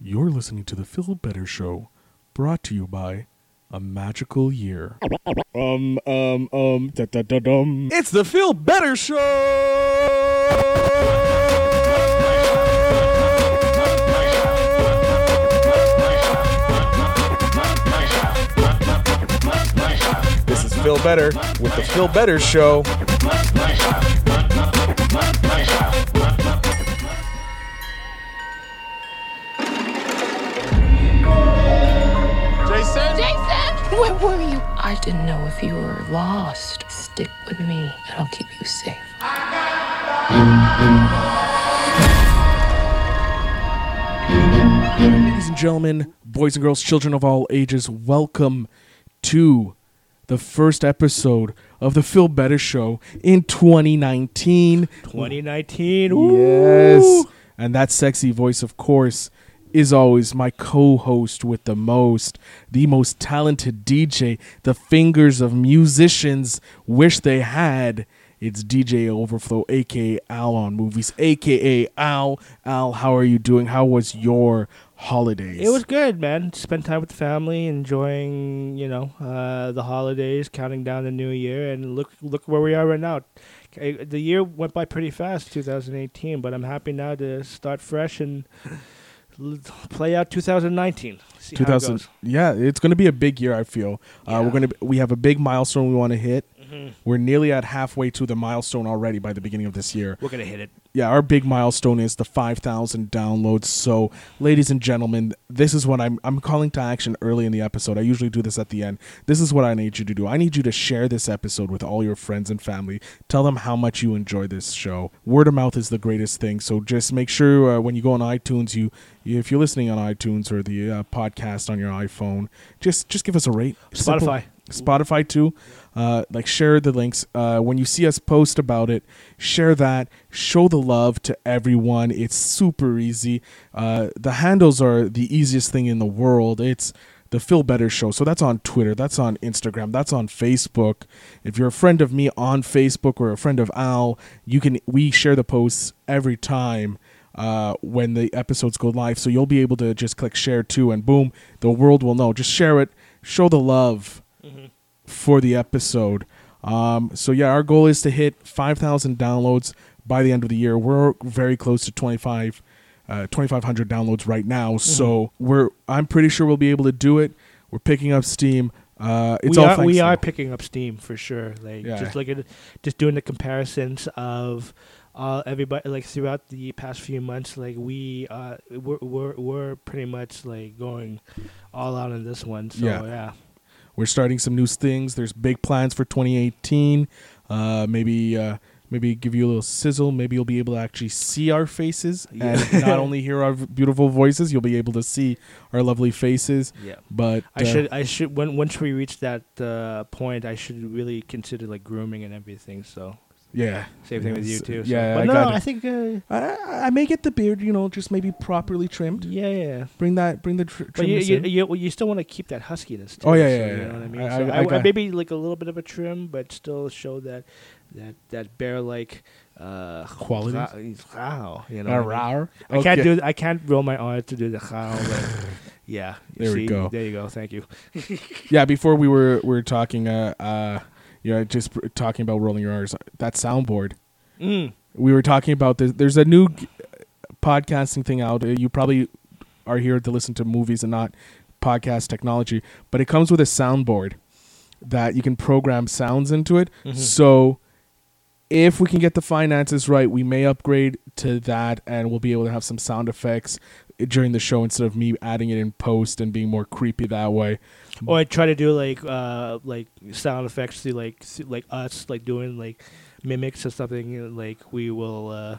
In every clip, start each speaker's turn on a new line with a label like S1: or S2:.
S1: You're listening to the Phil Better Show, brought to you by A Magical Year.
S2: Um, um, um, da da da dum.
S1: It's the Phil Better
S3: This is Phil Better with the Phil Better Show.
S4: Jason! Where were you? I didn't know if you were lost. Stick with me, and I'll keep you safe.
S1: Ladies and gentlemen, boys and girls, children of all ages, welcome to the first episode of the Phil Better Show in 2019.
S2: 2019.
S1: Yes. And that sexy voice, of course, is always my co host with the most, the most talented DJ the fingers of musicians wish they had. It's DJ Overflow, aka Al on Movies, aka Al. Al, how are you doing? How was your holidays?
S2: It was good, man. Spent time with the family, enjoying, you know, uh, the holidays, counting down the new year, and look, look where we are right now. Okay, The year went by pretty fast, 2018, but I'm happy now to start fresh and l- play out 2019. See how it
S1: 2000
S2: goes.
S1: yeah it's going to be a big year i feel uh, we're
S2: Yeah. Mm-hmm.
S1: going to we have a big milestone we want to hit we're nearly at halfway to the milestone already by the beginning of this year
S2: We're gonna hit it.
S1: yeah, our big milestone is the 5,000 downloads. So, ladies and gentlemen, this is what I'm I'm calling to action early in the episode. I usually do this at the end. This is what I need you to do. I need you to share this episode with all your friends and family. Tell them how much you enjoy this show. Word of mouth is the greatest thing. So, just make sure uh, when you go on iTunes, you if you're listening on iTunes or the uh, podcast on your iPhone, just just give us a rate. Simple-
S2: Spotify.
S1: Spotify too. Uh, like share the links. Uh, when you see us post about it, share that. Show the love to everyone. It's super easy. Uh, the handles are the easiest thing in the world. It's the Phil Better Show. So that's on Twitter. That's on Instagram. That's on Facebook. If you're a friend of me on Facebook or a friend of Al, you can we share the posts every time uh, when the episodes go live. So you'll be able to just click share too, and boom, the world will know. Just share it. Show the love for the episode. Um, so yeah, our goal is to hit 5,000 downloads by the end of the year. We're very close to 25, uh, 2,500 downloads right now.
S2: Mm-hmm.
S1: So we're, I'm pretty sure we'll be able to do it. We're picking up steam. Uh, it's
S2: we
S1: all
S2: are,
S1: thanks
S2: we
S1: to-
S2: are picking up steam for sure. Like
S1: Yeah.
S2: just look at just doing the comparisons of uh, everybody like throughout the past few months. Like we uh, we're, we're we're pretty much like going all out on this one. So
S1: Yeah.
S2: yeah,
S1: We're starting some new things. There's big plans for 2018. Uh, maybe uh, maybe give you a little sizzle. Maybe you'll be able to actually see our faces and not only hear our beautiful voices. You'll be able to see our lovely faces.
S2: Yeah.
S1: But
S2: I
S1: uh,
S2: should I should when once we reach that uh, point, I should really consider like grooming and everything. So
S1: Yeah.
S2: same thing with you
S1: Yes.
S2: too. So.
S1: Yeah,
S2: but
S1: I
S2: no,
S1: got
S2: I
S1: it.
S2: think uh,
S1: I, I- I may get the beard, you know, just maybe properly trimmed.
S2: yeah, yeah.
S1: Bring that, bring the tr-
S2: But
S1: trim.
S2: you
S1: this
S2: you,
S1: in.
S2: you you still want to keep that huskiness. Too,
S1: Oh, yeah,
S2: so
S1: yeah,
S2: You
S1: yeah.
S2: know what I mean.
S1: I-
S2: So
S1: I-
S2: I,
S1: I
S2: w-
S1: got-
S2: maybe like a little bit of a trim, but still show that that that bear like uh,
S1: Qualities?
S2: ra- Wow, you know.
S1: Ah,
S2: what I mean?
S1: rawr.
S2: I can't
S1: Okay.
S2: do. I can't roll my R to do the how. But yeah. you
S1: There we
S2: see?
S1: go.
S2: There you go. Thank you.
S1: Yeah, before we were we were talking, uh, uh, you know, just pr- talking about rolling your R's. That soundboard.
S2: Mm.
S1: We were talking about this. There's a new g- podcasting thing out. Uh, You probably are here to listen to movies and not podcast technology, but it comes with a soundboard that you can program sounds into it. So if we can get the finances right, we may upgrade to that and we'll be able to have some sound effects during the show instead of me adding it in post and being more creepy that way.
S2: Or I try to do like uh like sound effects through like through, like us like doing like mimics or something like we will uh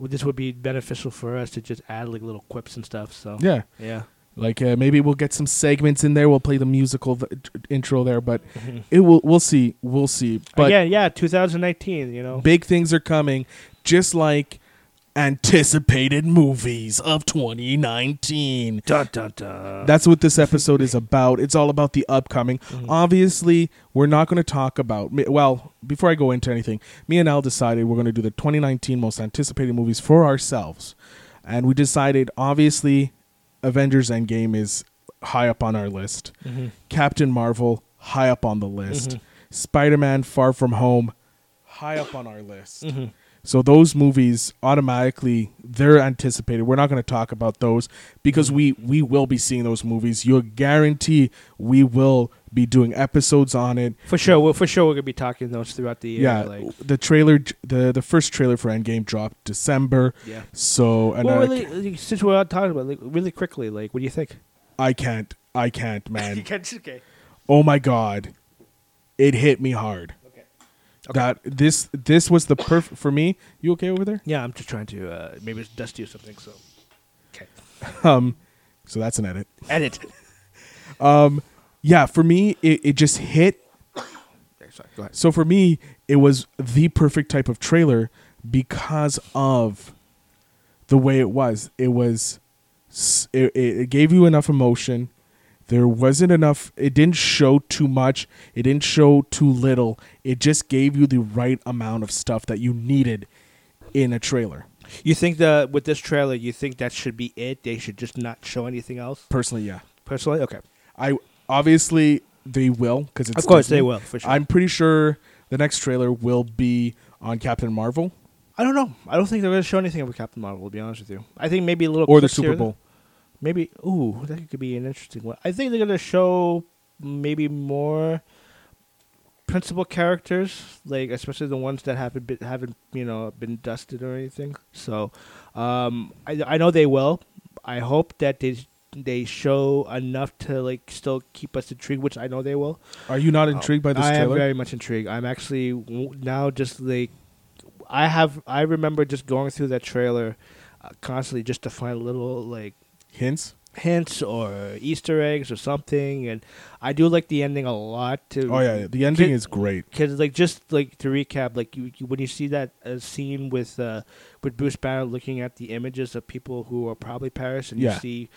S2: this would be beneficial for us to just add like little quips and stuff so
S1: Yeah.
S2: yeah
S1: Like uh, maybe we'll get some segments in there. We'll play the musical v- t- intro there, but it will. We'll see. We'll see. But
S2: Again, yeah, 2019, you know.
S1: big things are coming, just like anticipated movies of 2019.
S2: Dun, dun, dun.
S1: That's what this episode is about. It's all about the upcoming. Obviously, we're not going to talk about. me- Well, before I go into anything, me and Al decided we're going to do the 2019 most anticipated movies for ourselves, and we decided obviously Avengers Endgame is high up on our list. Captain Marvel high up on the list. Spider-Man Far From Home high up on our list. So those movies automatically they're anticipated. We're not going to talk about those because we we will be seeing those movies. You'll guarantee we will be doing episodes on it.
S2: For sure, we're, for sure, we're gonna be talking those throughout the year.
S1: Yeah,
S2: like
S1: the trailer, the the first trailer for Endgame dropped December.
S2: Yeah.
S1: So and
S2: well,
S1: I,
S2: really, like, since we're out talking about, it, like, really quickly, like, what do you think?
S1: I can't, I can't, man.
S2: can't. Okay.
S1: oh my god, it hit me hard.
S2: Okay.
S1: That this this was the perfect for me. You okay over there?
S2: Yeah, I'm just trying to uh, maybe it's dusty or something. So, okay.
S1: So that's an edit.
S2: Edit.
S1: Yeah, for me, it, it just hit
S2: Okay, Sorry. Go ahead.
S1: So for me, it was the perfect type of trailer because of the way it was. It was s- it, it it gave you enough emotion. There wasn't enough. It didn't show too much. It didn't show too little. It just gave you the right amount of stuff that you needed in a trailer.
S2: You think that with this trailer, you think that should be it? They should just not show anything else.
S1: Personally, yeah.
S2: Personally, okay.
S1: I obviously they will because it's
S2: Of course they
S1: Disney.
S2: will, for sure.
S1: I'm pretty sure the next trailer will be on Captain Marvel
S2: I don't know. I don't think they're gonna show anything about Captain Marvel. To be honest with you, I think maybe a little
S1: or the
S2: clips here
S1: Super
S2: and there.
S1: Bowl.
S2: Maybe ooh, that could be an interesting one. I think they're gonna show maybe more principal characters, like especially the ones that haven't been, haven't you know been dusted or anything. So, um, I I know they will. I hope that they they show enough to like still keep us intrigued, which I know they will.
S1: Are you not intrigued by this
S2: Oh. I
S1: trailer?
S2: am very much intrigued. I'm actually w- now just like I have. I remember just going through that trailer uh, constantly just to find little like
S1: Hints.
S2: hints or Easter eggs or something. And I do like the ending a lot. To
S1: Oh yeah, the ending
S2: Kid-
S1: is great.
S2: Cause like just like to recap, like you, you when you see that uh, scene with uh, with Bruce Banner looking at the images of people who are probably Paris, and
S1: Yeah.
S2: you see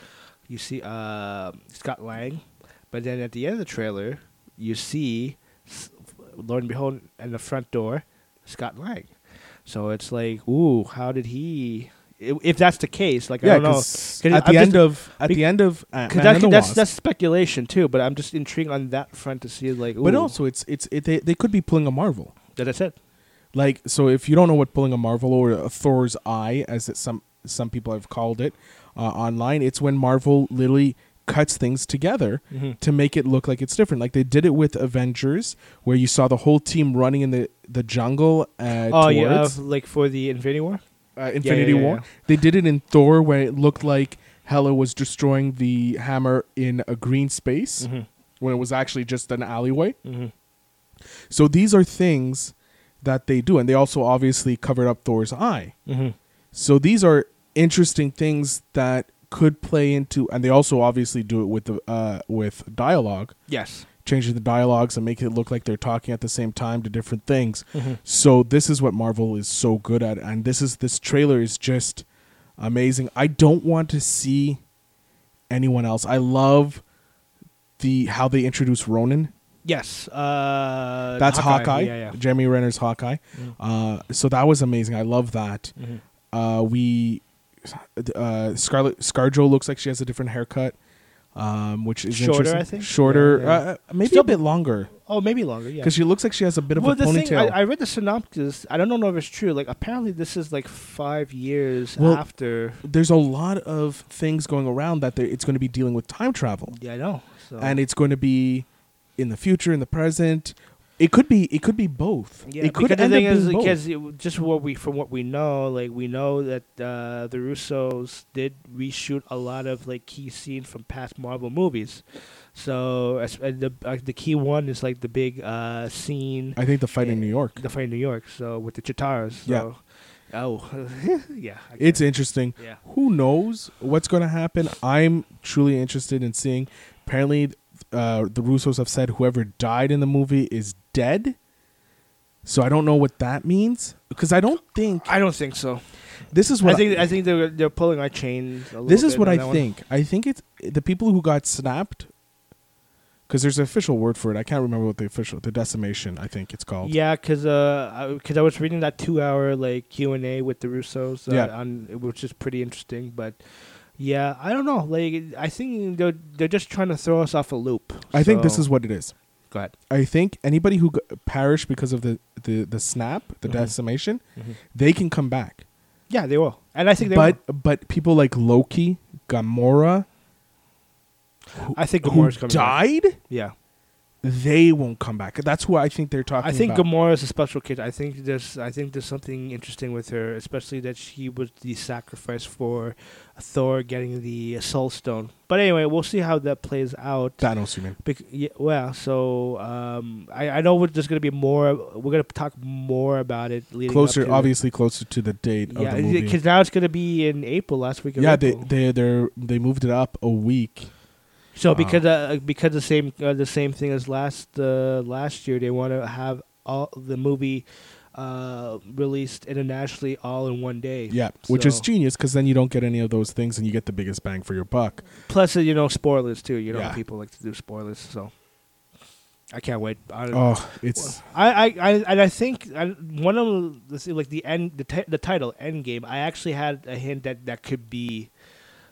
S2: you see uh, Scott Lang, but then at the end of the trailer, you see, s- lo and behold, at the front door, Scott Lang. So it's like, ooh, how did he? i- If that's the case, like I
S1: Yeah,
S2: don't know.
S1: 'cause
S2: 'Cause
S1: at
S2: I'm
S1: the end
S2: just-
S1: of at
S2: bec-
S1: the end of Ant
S2: because
S1: Man and
S2: that,
S1: the
S2: that's
S1: Wasp,
S2: that's speculation too, but I'm just intrigued on that front to see like. Ooh,
S1: but also it's it's it, they they could be pulling a Marvel.
S2: that's it.
S1: Like so, if you don't know what pulling a Marvel or a Thor's eye, as it, some some people have called it uh, online, it's when Marvel literally cuts things together
S2: Mm-hmm.
S1: to make it look like it's different. Like they did it with Avengers, where you saw the whole team running in the the jungle. Uh,
S2: Oh
S1: towards,
S2: yeah, of, like for the Infinity War.
S1: uh, Infinity
S2: yeah, yeah,
S1: War.
S2: yeah.
S1: They did it in Thor, where it looked like Hela was destroying the hammer in a green space when it was actually just an alleyway. Mm-hmm. So these are things that they do, and they also obviously covered up Thor's eye. So these are interesting things that could play into, and they also obviously do it with the uh, with dialogue
S2: Yes.
S1: changing the dialogues and making it look like they're talking at the same time to different things.
S2: Mm-hmm.
S1: So this is what Marvel is so good at, and this is this trailer is just amazing. I don't want to see anyone else. I love the how they introduce Ronan.
S2: Yes. Uh,
S1: That's Hawkeye,
S2: Yeah, yeah.
S1: Jeremy Renner's Hawkeye. Uh, so that was amazing. I love that.
S2: Mm.
S1: Uh, we uh, Scarlet Scarjo looks like she has a different haircut. Um, which is
S2: Shorter,
S1: interesting.
S2: I think?
S1: Shorter,
S2: Yeah, yeah.
S1: Uh, maybe
S2: Still-
S1: a bit longer
S2: Oh, maybe longer. Yeah.
S1: because she looks like she has a bit of
S2: well,
S1: a
S2: the
S1: ponytail.
S2: thing I, I read the synopsis. I don't know if it's true. Like apparently, this is like five years
S1: Well-
S2: after.
S1: There's a lot of things going around that they- it's going to be dealing with time travel,
S2: Yeah, I know. So.
S1: and it's going to be in the future, in the present. It could be. It could be both.
S2: yeah,
S1: it could
S2: because
S1: end
S2: the thing
S1: up
S2: is,
S1: being both.
S2: because it- just what we from what we know, like we know that uh, the Russos did reshoot a lot of like key scenes from past Marvel movies. So as, and the uh, the key one is like the big uh, scene
S1: I think the fight in New York.
S2: the fight in New York. So with the Chitaras. So. Oh, yeah. I
S1: It's
S2: guess.
S1: interesting.
S2: Yeah.
S1: Who knows what's going to happen? I'm truly interested in seeing. Apparently, uh, the Russos have said whoever died in the movie is dead. So I don't know what that means because I don't think
S2: I don't think so.
S1: this is what
S2: I think I think they're they're pulling our chain. A little
S1: this is
S2: bit
S1: what
S2: on
S1: I
S2: that one.
S1: think. I think it's the people who got snapped because there's an official word for it. I can't remember what the official the decimation. I think it's called.
S2: Yeah, because because I was reading that two hour like Q and A with the Russos. Uh,
S1: Yeah.
S2: on, which is pretty interesting. But Yeah, I don't know. Like, I think they're they're just trying to throw us off a loop.
S1: I think this
S2: So-
S1: is what it is.
S2: go ahead.
S1: I think anybody who g- perished because of the the, the snap, the
S2: Mm-hmm.
S1: decimation, they can come back.
S2: Yeah, they will, and I think they.
S1: But
S2: will.
S1: but people like Loki, Gamora,
S2: I think
S1: who
S2: Gamora's coming. back.
S1: died,
S2: Yeah,
S1: they won't come back. That's who I think they're talking.
S2: I think
S1: about.
S2: Gamora's a special kid. I think there's I think there's something interesting with her, especially that she was the sacrifice for Thor getting the Soul Stone. But anyway, we'll see how that plays out.
S1: Thanos, you mean?
S2: Bec- yeah, well, so um, I, I know we're, there's going to be more. We're going to talk more about it leading up
S1: Closer,
S2: to-
S1: obviously closer to the date of
S2: Yeah,
S1: the movie.
S2: because now it's going to be in April. Last week. Of
S1: yeah, they
S2: April.
S1: they they they moved it up a week.
S2: So
S1: uh-huh.
S2: because uh, because the same uh, the same thing as last uh, last year, they want to have all the movie uh, released internationally all in one day.
S1: Yeah, which is
S2: So-
S1: genius because then you don't get any of those things and you get the biggest bang for your buck.
S2: plus uh, you know spoilers too. You know
S1: Yeah.
S2: people like to do spoilers, so I can't wait. I don't
S1: Oh, it's
S2: I, I, I and I think I, one of the see, like the end the, ti- the title Endgame. I actually had a hint that that could be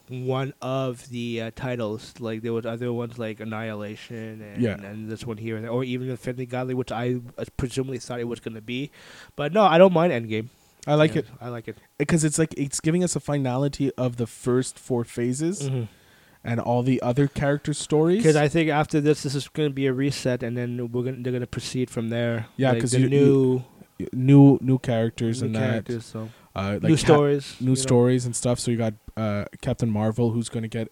S2: one of the uh, titles. Like there was other ones like Annihilation and,
S1: Yeah.
S2: and this one here, or even Infinity Godly, which I uh, presumably thought it was going to be. But no, I don't mind Endgame.
S1: I like
S2: Yeah,
S1: it
S2: I like it.
S1: because it's like it's giving us a finality of the first four phases and all the other character stories.
S2: Because Mm-hmm. I think after this, this is going to be a reset, and then we're gonna, they're going to proceed from there.
S1: Yeah,
S2: Like,
S1: 'cause
S2: the
S1: you-
S2: new
S1: new new characters
S2: new
S1: and
S2: characters, so
S1: that uh, like
S2: new
S1: Cap-
S2: stories,
S1: new
S2: you know.
S1: stories and stuff. So you got uh, Captain Marvel, who's going to get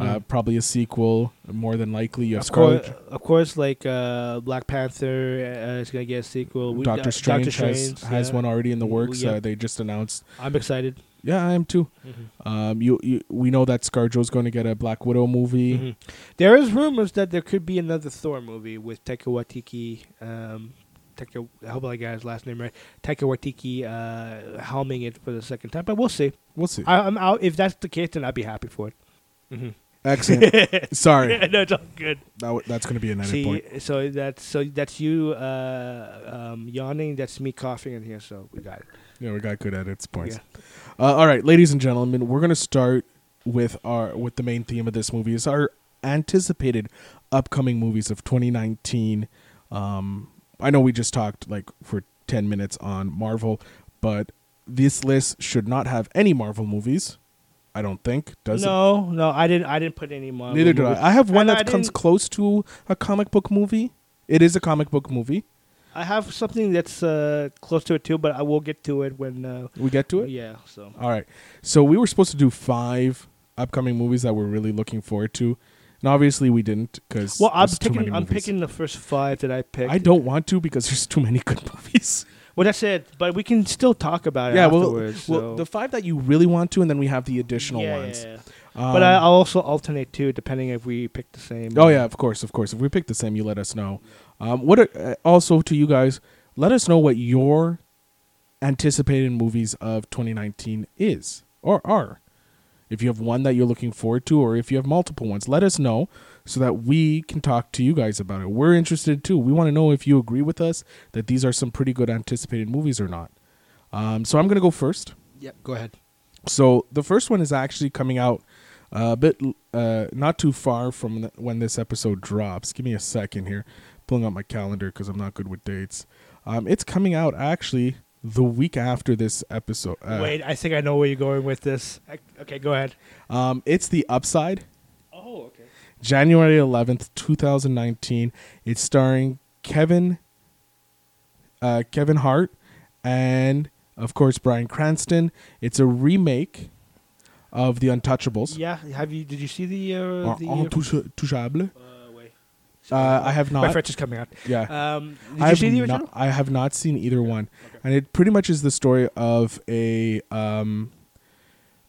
S1: uh, probably a sequel, more than likely. You have
S2: Mm-hmm. Of course,
S1: Scarlet.
S2: of course, like uh, Black Panther uh, is gonna get a sequel. We- uh,
S1: Doctor Strange, has,
S2: Strange,
S1: has
S2: yeah.
S1: one already in the works.
S2: Yeah.
S1: Uh, they just announced.
S2: I'm excited.
S1: Yeah, I am too.
S2: Mm-hmm.
S1: Um, you, you we know that ScarJo's going to get a Black Widow movie.
S2: Mhm. There is rumors that there could be another Thor movie with Taika Waititi. Um, Taika, I hope I got his last name right. Taika Waititi uh, helming it for the second time, but we'll see.
S1: We'll see.
S2: I, I'm out. If that's the case, then I'd be happy for it.
S1: Excellent. Sorry,
S2: no, it's all good.
S1: that, w- that's going to be an edit
S2: See,
S1: point.
S2: so that's so that's you uh, um, yawning. That's me coughing in here. So we got it.
S1: Yeah, we got good edits points.
S2: Yeah.
S1: Uh, all right, ladies and gentlemen, we're gonna start with our with the main theme of this movie is our anticipated upcoming movies of 2019. Um, I know we just talked like for 10 minutes on Marvel, but this list should not have any Marvel movies. I don't think does it?
S2: no, no, I didn't. I didn't put any Marvel.
S1: Neither do
S2: movies.
S1: I. I have one
S2: Uh, And I
S1: that comes
S2: didn't-
S1: close to a comic book movie. It is a comic book movie.
S2: I have something that's uh, close to it too, but I will get to it when. Uh,
S1: We get to it. Uh,
S2: Yeah. So
S1: All right. So we were supposed to do five upcoming movies that we're really looking forward to, and obviously we didn't because
S2: well, I'm
S1: there's too many
S2: picking. I'm
S1: movies.
S2: picking the first five that I picked.
S1: I don't want to because there's too many good movies.
S2: Well, that's it. But we can still talk about it
S1: yeah. Well,
S2: afterwards.
S1: well,
S2: so-
S1: the five that you really want to, and then we have the additional
S2: Yeah,
S1: ones.
S2: yeah, yeah. but I,
S1: Um,
S2: I'll also alternate too, depending if we pick the same.
S1: Oh yeah, of course, of course. If we pick the same, you let us know. Um, what are, uh, also to you guys, let us know what your anticipated movies of 2019 is or are. If you have one that you're looking forward to, or if you have multiple ones, let us know so that we can talk to you guys about it. We're interested too. We want to know if you agree with us that these are some pretty good anticipated movies or not. Um, so I'm gonna go first.
S2: Yeah. Go ahead.
S1: So the first one is actually coming out a bit uh, not too far from th- when this episode drops. Give me a second here, pulling up my calendar because I'm not good with dates. Um, it's coming out actually the week after this episode. Uh,
S2: Wait, I think I know where you're going with this. I, okay, go ahead.
S1: um, it's the upside,
S2: Oh, okay.
S1: January 11th, 2019. It's starring Kevin, uh, Kevin Hart, and of course Brian Cranston. It's a remake of The Untouchables.
S2: Yeah. Have you? Did you see the? Uh,
S1: Or
S2: the
S1: Intouchable.
S2: uh, wait.
S1: Uh, I have
S2: My
S1: not.
S2: French is coming out.
S1: Yeah.
S2: Um, did
S1: I
S2: you
S1: have
S2: see
S1: not-
S2: the original?
S1: I have not seen either one, and it pretty much is the story of a um,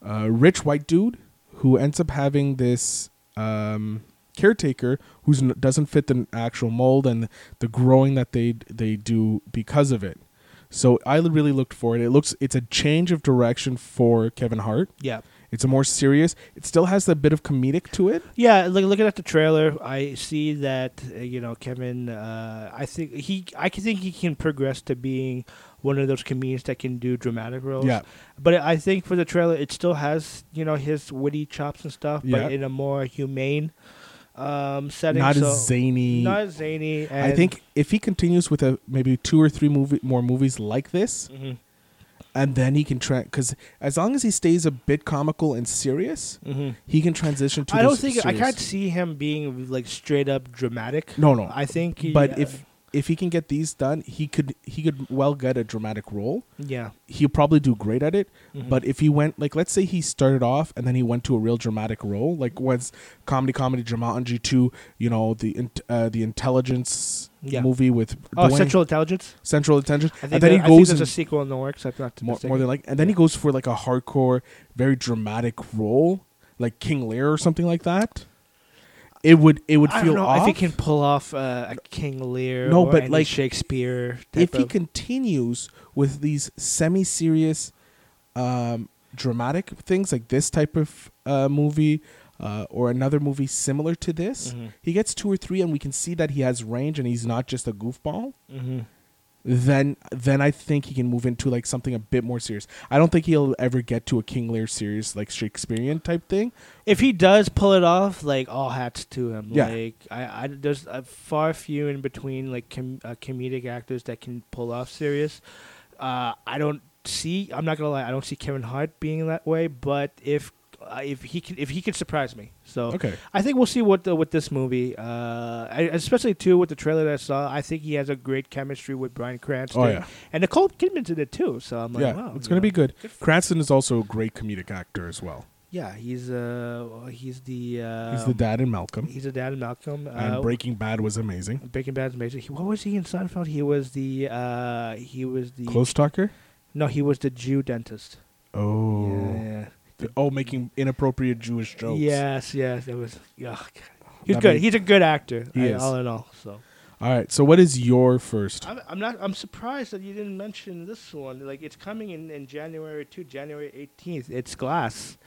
S1: a rich white dude who ends up having this um, caretaker who doesn't fit the actual mold and the growing that they they do because of it. So I really looked for it. It looks it's a change of direction for Kevin Hart
S2: Yeah.
S1: It's more serious. It still has a bit of comedic to it.
S2: Yeah, look, looking at the trailer, I see that uh, you know Kevin. Uh, I think he, I can think he can progress to being one of those comedians that can do dramatic roles.
S1: Yeah.
S2: But I think for the trailer, it still has you know his witty chops and stuff,
S1: Yeah.
S2: but in a more humane um, setting.
S1: Not
S2: so
S1: as zany.
S2: Not as zany. And
S1: I think if he continues with a maybe two or three movie more movies like this,
S2: Mhm.
S1: and then he can try because as long as he stays a bit comical and serious,
S2: Mhm.
S1: he can transition to.
S2: I don't
S1: this
S2: think I
S1: serious-
S2: can't see him being like straight up dramatic.
S1: No, no.
S2: I think. he-
S1: but
S2: uh,
S1: if if he can get these done, he could he could well get a dramatic role.
S2: yeah,
S1: He'll probably do great at it.
S2: Mhm.
S1: But if he went like let's say he started off and then he went to a real dramatic role, like once comedy comedy Jumanji two, you know the in- uh, the intelligence
S2: Yeah.
S1: movie with
S2: oh,
S1: Dwayne-
S2: Central Intelligence.
S1: Central Attention,
S2: I think,
S1: and then he
S2: there- I think
S1: goes
S2: there's
S1: and
S2: a sequel in the works. I'm not
S1: more,
S2: mistaken.
S1: more than like and then he goes for like a hardcore very dramatic role like king lear or something like that it would it would
S2: I
S1: feel
S2: don't know
S1: off
S2: if he can pull off uh, a King Lear.
S1: No,
S2: or
S1: but,
S2: any
S1: like,
S2: Shakespeare. Type
S1: if he
S2: of-
S1: continues with these semi-serious um dramatic things like this type of uh movie uh, or another movie similar to this
S2: Mhm.
S1: he gets two or three and we can see that he has range and he's not just a goofball
S2: Mhm.
S1: then then I think he can move into like something a bit more serious. I don't think he'll ever get to a King Lear series like Shakespearean type thing.
S2: if he does pull it off, like all hats to him.
S1: Yeah.
S2: Like I, I there's a far few in between like com- uh, comedic actors that can pull off serious. Uh, I don't see. I'm not gonna lie. I don't see Kevin Hart being that way. But if uh, if he can if he can surprise me, so
S1: Okay.
S2: I think we'll see what the, with this movie, uh, I- especially too with the trailer that I saw. I think he has a great chemistry with Brian Cranston.
S1: Oh, yeah.
S2: and Nicole Kidman's in it too. So I'm like,
S1: yeah,
S2: wow,
S1: it's
S2: you
S1: gonna be
S2: know.
S1: good. Cranston is also a great comedic actor as well.
S2: Yeah, he's uh, he's the uh,
S1: He's the dad in Malcolm,
S2: He's the dad in Malcolm. uh,
S1: and Breaking Bad was amazing.
S2: Breaking Bad's major. He, what was he in Seinfeld? He was the uh, he was the
S1: Close talker.
S2: No, he was the Jew dentist.
S1: Oh.
S2: Yeah.
S1: The- Oh, making inappropriate Jewish jokes.
S2: Yes, yes, that was. Yeah, God. he's
S1: That
S2: good.
S1: made-
S2: he's a good actor.
S1: He
S2: I-
S1: is.
S2: All in all, so.
S1: All right. So, what is your first?
S2: I'm, I'm not. I'm surprised that you didn't mention this one. Like it's coming in, in January too, January 18th. It's Glass.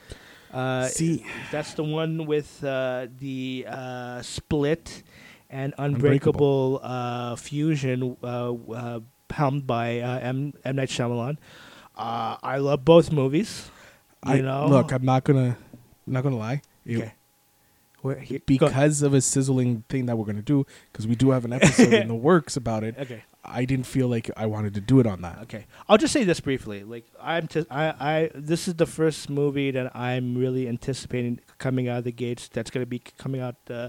S2: Uh,
S1: See-
S2: that's the one with uh, the uh, split and
S1: Unbreakable.
S2: unbreakable, uh, fusion, uh, w- uh, helmed by uh, M. M. Night Shyamalan. Uh, I love both movies. You
S1: I,
S2: know,
S1: look, I'm not gonna, I'm not gonna lie. It-
S2: Okay. Where- here- go-
S1: Because of a sizzling thing that we're gonna do, because we do have an episode in the works about it.
S2: okay.
S1: I didn't feel like I wanted to do it on that.
S2: Okay, I'll just say this briefly. Like I'm, t- I, I, this is the first movie that I'm really anticipating coming out of the gates. That's going to be c- coming out, uh,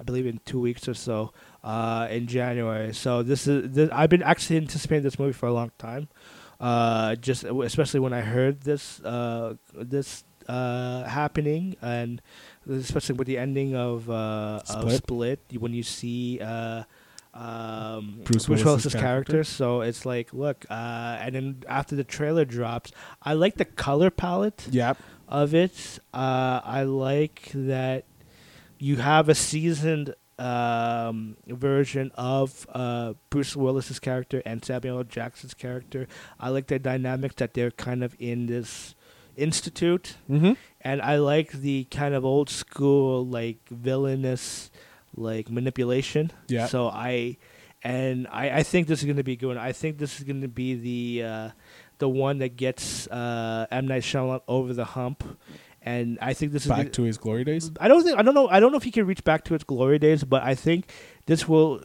S2: I believe, in two weeks or so, uh, in January. So this is, this, I've been actually anticipating this movie for a long time. Uh, just especially when I heard this, uh, this uh, happening, and especially with the ending of uh,
S1: Split.
S2: of Split, when you see. Uh, um,
S1: Bruce
S2: Bruce,
S1: Willis's
S2: Willis's
S1: character.
S2: character. So it's like, look, uh, and then after the trailer drops, I like the color palette
S1: Yep.
S2: of it. Uh, I like that you have a seasoned um, version of uh, Bruce Willis's character and Samuel L. Jackson's character. I like the dynamics that they're kind of in this institute
S1: Mm-hmm.
S2: and I like the kind of old school like villainous like manipulation.
S1: Yeah.
S2: So I and I, I think this is gonna be good. I think this is gonna be the uh, the one that gets uh, M Night Shyamalan over the hump, and I think this is
S1: Back
S2: gonna-
S1: to his glory days.
S2: I don't think I don't know I don't know if he can reach back to his glory days, but I think this will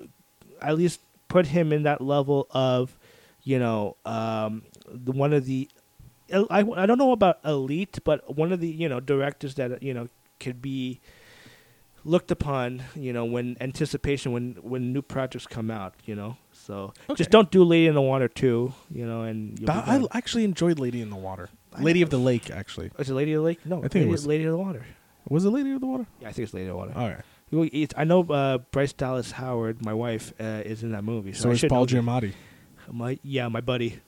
S2: at least put him in that level of, you know, um, the, one of the I, I don't know about elite, but one of the you know directors that you know could be looked upon, you know, when anticipation when when new projects come out, you know. So
S1: Okay.
S2: just don't do Lady in the Water two, you know, and you'll be
S1: That- I
S2: done.
S1: actually enjoyed Lady in the Water.
S2: I
S1: Lady
S2: know.
S1: of the Lake, actually.
S2: is it Lady of the Lake? No,
S1: I think it
S2: Lady,
S1: was-
S2: Lady of the Water.
S1: Was it Lady of the Water?
S2: Yeah, I think it's Lady of the Water.
S1: All right.
S2: Well, it's- I know uh, Bryce Dallas Howard, my wife, uh, is in that movie. So,
S1: So
S2: I
S1: is
S2: should
S1: Paul
S2: know this.
S1: Giamatti.
S2: My yeah, my buddy.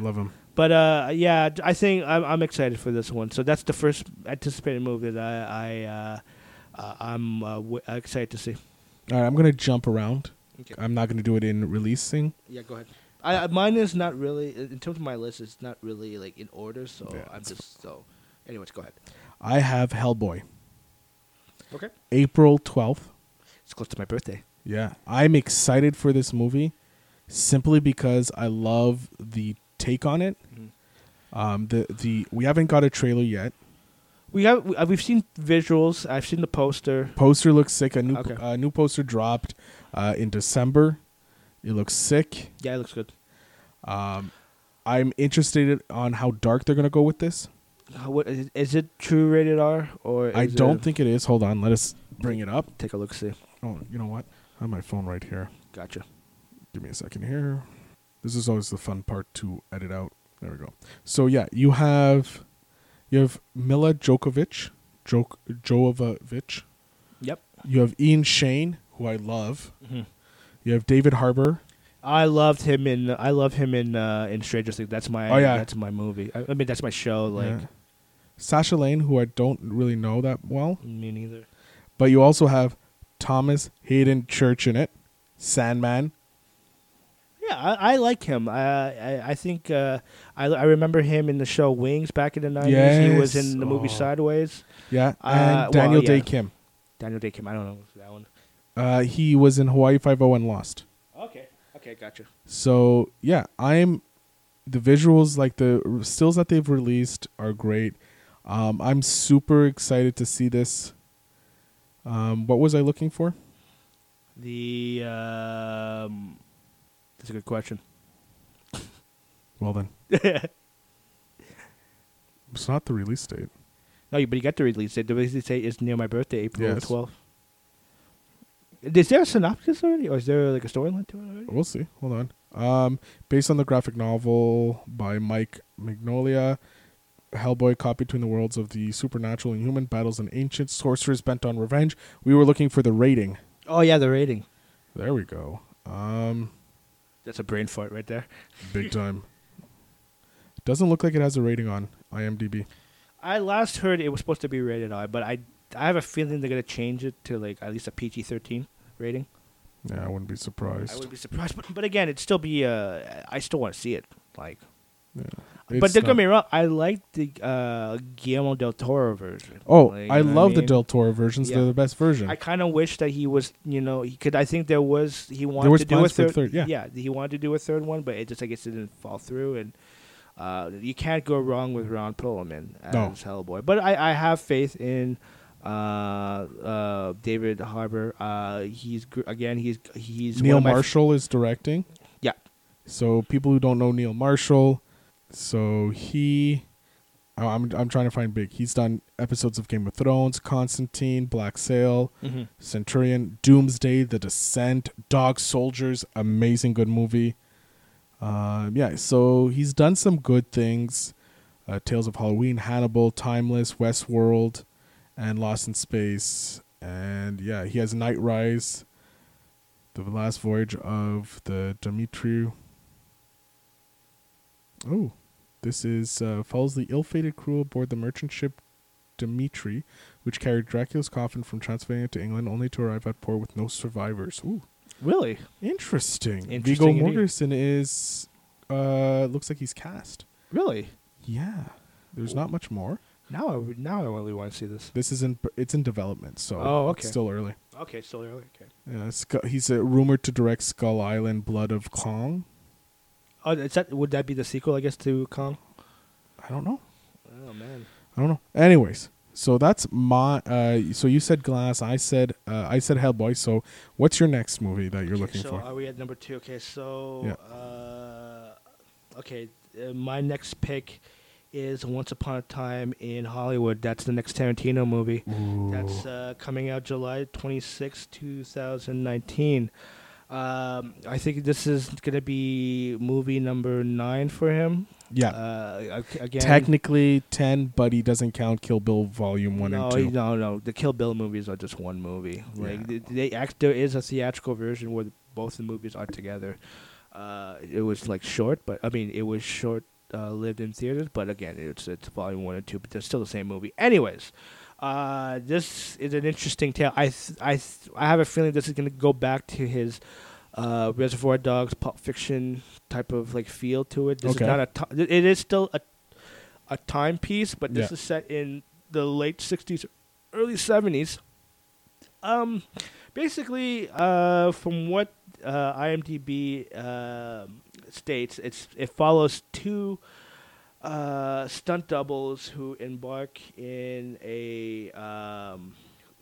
S1: Love him.
S2: But uh, yeah, d- I think I'm, I'm excited for this one. So that's the first anticipated movie that I, I uh, uh, I'm uh, w- excited to see.
S1: All right. I'm gonna jump around.
S2: Okay.
S1: I'm not gonna do it in releasing.
S2: Yeah, go ahead. I, I- mine is not really in terms of my list. It's not really like in order, so
S1: Yeah,
S2: I'm just so. Anyways, go ahead.
S1: I have Hellboy.
S2: Okay.
S1: April 12th.
S2: It's close to my birthday.
S1: Yeah. I'm excited for this movie simply because I love the take on it.
S2: Mm-hmm.
S1: Um, the, the We haven't got a trailer yet.
S2: We have we- uh, we've seen visuals. I've seen the poster.
S1: Poster looks sick. A new,
S2: Okay.
S1: a new poster dropped uh, in December. It looks sick.
S2: Yeah, it looks good.
S1: I'm interested on how dark they're going to go with this.
S2: How, what, is, it, is it true rated R or? Is
S1: I don't
S2: it,
S1: think it is. Hold on. Let us bring it up.
S2: Take a look. See.
S1: Oh, you know what? I have my phone right here.
S2: Gotcha.
S1: Give me a second here. This is always the fun part to edit out. There we go. So yeah, you have you have Mila Djokovic, Jok Jovovich.
S2: Yep.
S1: You have Ian Shane, who I love. You have David Harbour.
S2: Mm-hmm. I loved him in I love him in uh, in Stranger Things. That's my
S1: Oh, yeah.
S2: that's my movie. I, I mean that's my show. Like
S1: Yeah. Sasha Lane, who I don't really know that well,
S2: me neither.
S1: but you also have Thomas Hayden Church in it, Sandman.
S2: Yeah, I, I like him. I I, I think uh, I I remember him in the show Wings back in the nineties. He was
S1: Yes.
S2: in the movie
S1: Oh.
S2: Sideways.
S1: Yeah,
S2: Uh,
S1: and
S2: well,
S1: Daniel Day
S2: yeah.
S1: Kim.
S2: Daniel Day Kim. I don't know that one.
S1: Uh, he was in Hawaii Five O and Lost.
S2: Okay. Okay. Gotcha.
S1: So yeah, I'm the visuals like the r- stills that they've released are great. Um, I'm super excited to see this. Um, what was I looking for?
S2: The um, that's a good question.
S1: Well then, it's not the release date.
S2: No, you- but you got the release date. The release date is near my birthday, April
S1: Yes.
S2: twelfth. Is there a synopsis already, or is there like a storyline to it already?
S1: We'll see. Hold on. Um, based on the graphic novel by Mike Magnolia, Hellboy caught between the worlds of the supernatural and human battles an ancient sorceress bent on revenge. We were looking for the rating.
S2: Oh yeah, the rating.
S1: There we go. Um,
S2: That's a brain fart right there.
S1: Big time. Doesn't look like it has a rating on IMDb.
S2: I last heard it was supposed to be rated R, but I I have a feeling they're gonna change it to like at least a PG thirteen rating.
S1: Yeah, I wouldn't be
S2: I
S1: surprised.
S2: would be surprised, but, but again, it'd still be. Uh, I still want to see it. Like,
S1: It's
S2: but don't
S1: not-
S2: get me wrong. I like the uh, Guillermo del Toro version.
S1: Oh,
S2: Like,
S1: I
S2: you know what
S1: love the
S2: mean?
S1: Del Toro versions.
S2: Yeah.
S1: They're the best version.
S2: I kind of wish that he was, you know, he could. I think there was he wanted
S1: was
S2: to do a
S1: plans for a
S2: third,
S1: third, yeah.
S2: he wanted to do a third one, but it just I guess it didn't fall through. And uh, you can't go wrong with Ron Perlman as
S1: No.
S2: Hellboy. But I, I have faith in uh, uh, David Harbour. Uh, he's gr- again, he's he's one
S1: Neil
S2: of my f-
S1: Marshall is directing.
S2: yeah,
S1: So people who don't know Neil Marshall, so he, oh, I'm I'm trying to find big. He's done episodes of Game of Thrones, Constantine, Black Sail,
S2: Mm-hmm.
S1: Centurion, Doomsday, The Descent, Dog Soldiers, amazing good movie. Um, yeah, so he's done some good things. Uh, Tales of Halloween, Hannibal, Timeless, Westworld, and Lost in Space. And yeah, he has Night Rise, The Last Voyage of the Dimitri. Oh, this is uh, follows the ill-fated crew aboard the merchant ship Dimitri, which carried Dracula's coffin from Transylvania to England, only to arrive at port with no survivors. Ooh,
S2: really.
S1: interesting.
S2: Interesting
S1: Viggo
S2: indeed.
S1: Mortensen is uh, looks like he's cast.
S2: Really?
S1: Yeah, there's not much more.
S2: Now I would- now I really want to see this.
S1: This is in it's in development, so
S2: Oh,
S1: it's
S2: okay.
S1: still early.
S2: Okay, still early. Okay.
S1: Yeah, Sc- he's uh, rumored to direct Skull Island: Blood of Kong.
S2: Oh, is that would that be the sequel? I guess to Kong.
S1: I don't know.
S2: Oh man.
S1: I don't know. Anyways, so that's my. Uh, so you said Glass. I said uh, I said Hellboy. So what's your next movie that you're
S2: Okay,
S1: looking
S2: so
S1: for?
S2: are we at number two? Okay, so
S1: Yeah.
S2: uh, okay, uh, my next pick is Once Upon a Time in Hollywood. That's the next Tarantino movie. That's uh, coming out July twenty sixth, two 2019. Um, I think this is going to be movie number nine for him.
S1: yeah.
S2: Uh, ag- again,
S1: Technically ten, but he doesn't count Kill Bill Volume One
S2: no,
S1: and Two.
S2: No, no, the Kill Bill movies are just one movie. Like
S1: Yeah.
S2: they, they act, there is a theatrical version where both the movies are together. Uh, it was like short, but I mean, it was short uh, lived in theaters. But again, it's it's volume one and two, but they're still the same movie. Anyways, uh, this is an interesting tale. I th- I th- I have a feeling this is gonna go back to his. Uh, Reservoir Dogs, Pulp Fiction type of like feel to it. This
S1: Okay.
S2: is not a. ti- it is still a a timepiece, but this
S1: Yeah.
S2: is set in the late '60s, early '70s. Um, basically, uh, from what uh, IMDb uh, states, it's it follows two uh, stunt doubles who embark in a um,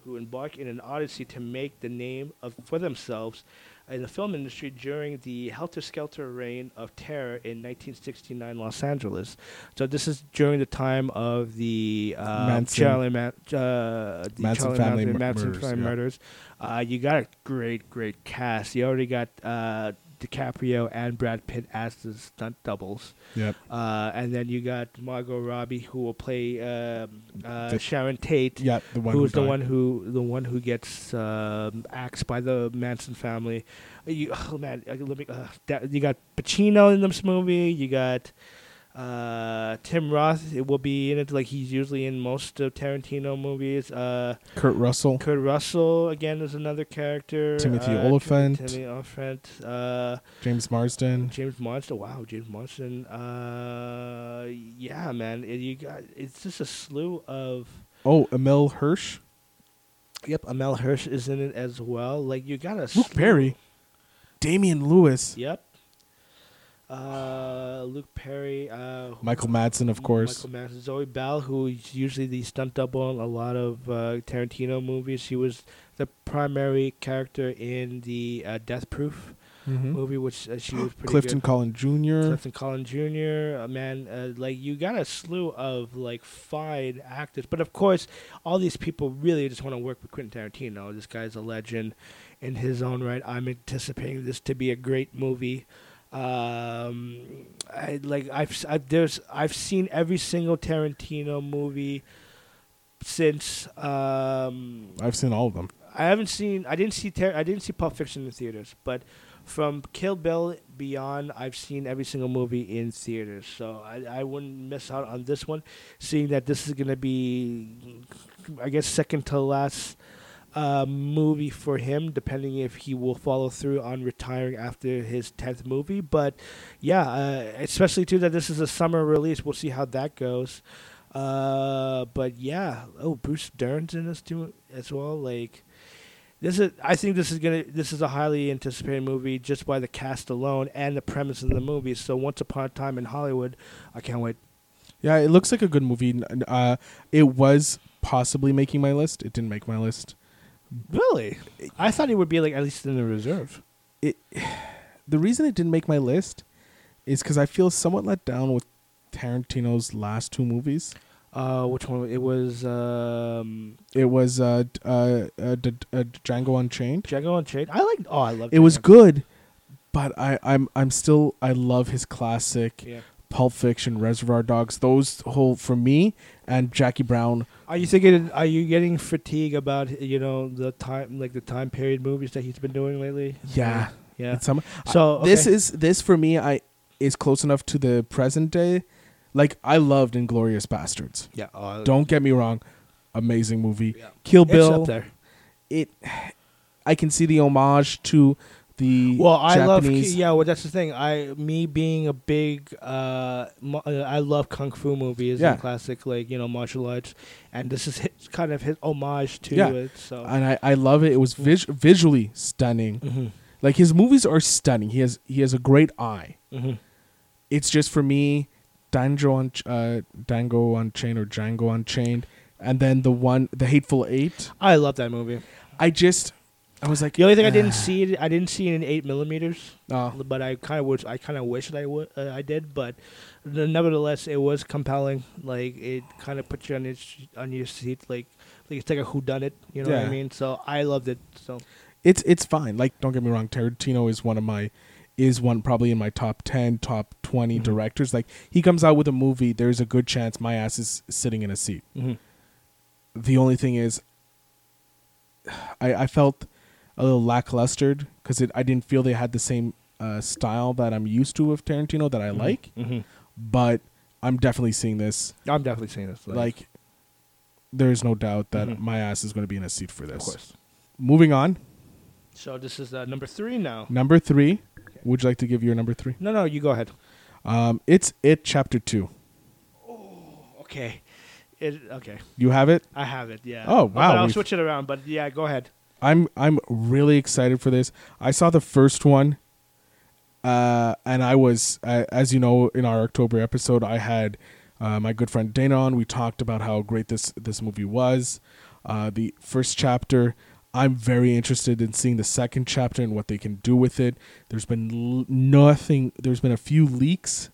S2: who embark in an odyssey to make the name of for themselves in the film industry during the helter-skelter reign of terror in 1969 Los Angeles. So this is during the time of the uh,
S1: Manson.
S2: Charlie Man- uh, the
S1: Manson
S2: Charlie
S1: family
S2: Manson,
S1: mur-
S2: Manson
S1: murders,
S2: family
S1: yeah.
S2: murders. Uh, you got a great, great cast. You already got uh, DiCaprio and Brad Pitt as the stunt doubles.
S1: Yep.
S2: Uh, and then you got Margot Robbie, who will play um, uh,
S1: The-
S2: Sharon Tate,
S1: Yeah, the one
S2: who is the
S1: died.
S2: one who the one who gets um, axed by the Manson family. You, oh man, uh, let me, uh, that, you got Pacino in this movie. You got uh, Tim Roth. It will be in it like he's usually in most of Tarantino movies. Uh,
S1: Kurt Russell.
S2: Kurt Russell again is another character.
S1: Timothy
S2: uh,
S1: Oliphant.
S2: Timothy Oliphant. Uh,
S1: James Marsden.
S2: James Marsden. Wow, James Marsden. Uh, yeah, man. It- you got it's just a slew of.
S1: Oh, Emil Hirsch.
S2: Yep, Amel Hirsch is in it as well. Like you got a
S1: Luke
S2: slew-
S1: Perry. Damian Lewis.
S2: Yep. Uh, Luke Perry. Uh,
S1: Michael Madsen, of course.
S2: Michael Madsen, Zoe Bell, who's usually the stunt double in a lot of uh, Tarantino movies. She was the primary character in the uh, Death Proof
S1: Mhm.
S2: movie, which uh, she was pretty
S1: Clifton
S2: good.
S1: Collin Jr.
S2: Clifton Collins Jr. Uh, man, uh, like you got a slew of like fine actors, but of course, all these people really just want to work with Quentin Tarantino. This guy's a legend in his own right. I'm anticipating this to be a great movie. Um, I like I've, s- I've there's I've seen every single Tarantino movie since um
S1: I've seen all of them.
S2: I haven't seen. I didn't see. Ter- I didn't see Pulp Fiction in theaters, but from Kill Bill beyond, I've seen every single movie in theaters. So I, I wouldn't miss out on this one, seeing that this is gonna be, I guess, second to last uh, movie for him, depending if he will follow through on retiring after his tenth movie. But yeah, uh, especially too that this is a summer release. We'll see how that goes. Uh, but yeah, oh, Bruce Dern's in this too as well. Like, this is I think this is gonna this is a highly anticipated movie just by the cast alone and the premise of the movie. So once upon a time in Hollywood, I can't wait.
S1: Yeah, it looks like a good movie. N- n- Uh, it was possibly making my list. It didn't make my list.
S2: Really, I thought it would be like at least in the reserve.
S1: The reason it didn't make my list is because I feel somewhat let down with Tarantino's last two movies.
S2: Uh, which one? It was um,
S1: It was uh, d- uh, uh, d- uh, Django Unchained.
S2: Django Unchained. I like. Oh, I love.
S1: It was
S2: Django.
S1: good, but I, I'm I'm still I love his classic
S2: Yeah.
S1: Pulp Fiction, Reservoir Dogs. Those whole for me and Jackie Brown.
S2: Are you thinking? Are you getting fatigue about you know the time like the time period movies that he's been doing lately?
S1: Yeah,
S2: Yeah.
S1: It's some-
S2: So,
S1: I- this
S2: okay.
S1: is this for me. I is close enough to the present day. Like I loved Inglorious Bastards.
S2: Yeah. Oh,
S1: Don't get me wrong, amazing movie.
S2: Yeah.
S1: Kill
S2: It's
S1: Bill.
S2: up there.
S1: It, I can see the homage to the
S2: well i
S1: Japanese.
S2: love yeah well that's the thing i me being a big uh, mo- uh, i love kung fu movies
S1: Yeah.
S2: and classic like you know martial arts and this is his, kind of his homage to
S1: Yeah.
S2: it so
S1: and I, I love it. It was vis- visually stunning.
S2: Mm-hmm.
S1: Like his movies are stunning. He has he has a great eye.
S2: Mhm.
S1: It's just for me, Dango on uh, Dango Unchained or Django Unchained, and then the one the Hateful Eight.
S2: i love that movie
S1: I just I was like "Ah."
S2: the only thing i didn't see it i didn't see it in eight millimeters
S1: Oh.
S2: but i kind of wish i kind of wish that i would uh, i did but n- nevertheless it was compelling like it kind of put you on your sh- on your seat like like it's like a who done it you know what
S1: Yeah.
S2: i mean so i loved it so
S1: it's it's fine. Like don't get me wrong, Tarantino is one of my is one probably in my top 10, top 20
S2: Mm-hmm.
S1: directors. Like he comes out with a movie, there's a good chance my ass is sitting in a seat.
S2: Mhm.
S1: The only thing is I I felt a little lacklustered cuz it I didn't feel they had the same uh, style that I'm used to of Tarantino that I like,
S2: Mhm.
S1: but I'm definitely seeing this
S2: i'm definitely seeing this
S1: like there's no doubt that
S2: Mhm.
S1: my ass is going to be in a seat for this.
S2: of course
S1: Moving on,
S2: So this is uh, number three now.
S1: Number three. Would you like to give your number three?
S2: No, no, you go ahead.
S1: Um, it's it chapter two.
S2: Okay, it, okay,
S1: You have it?
S2: I have it. Yeah.
S1: Oh,
S2: But
S1: wow,
S2: I'll
S1: we've-
S2: switch it around. But yeah, go ahead.
S1: I'm I'm really excited for this. I saw the first one, uh, and I was, uh, as you know, in our October episode, I had uh, my good friend Dana on. We talked about how great this this movie was. Uh, the first chapter. I'm very interested in seeing the second chapter and what they can do with it. There's been l- nothing. There's been a few leaks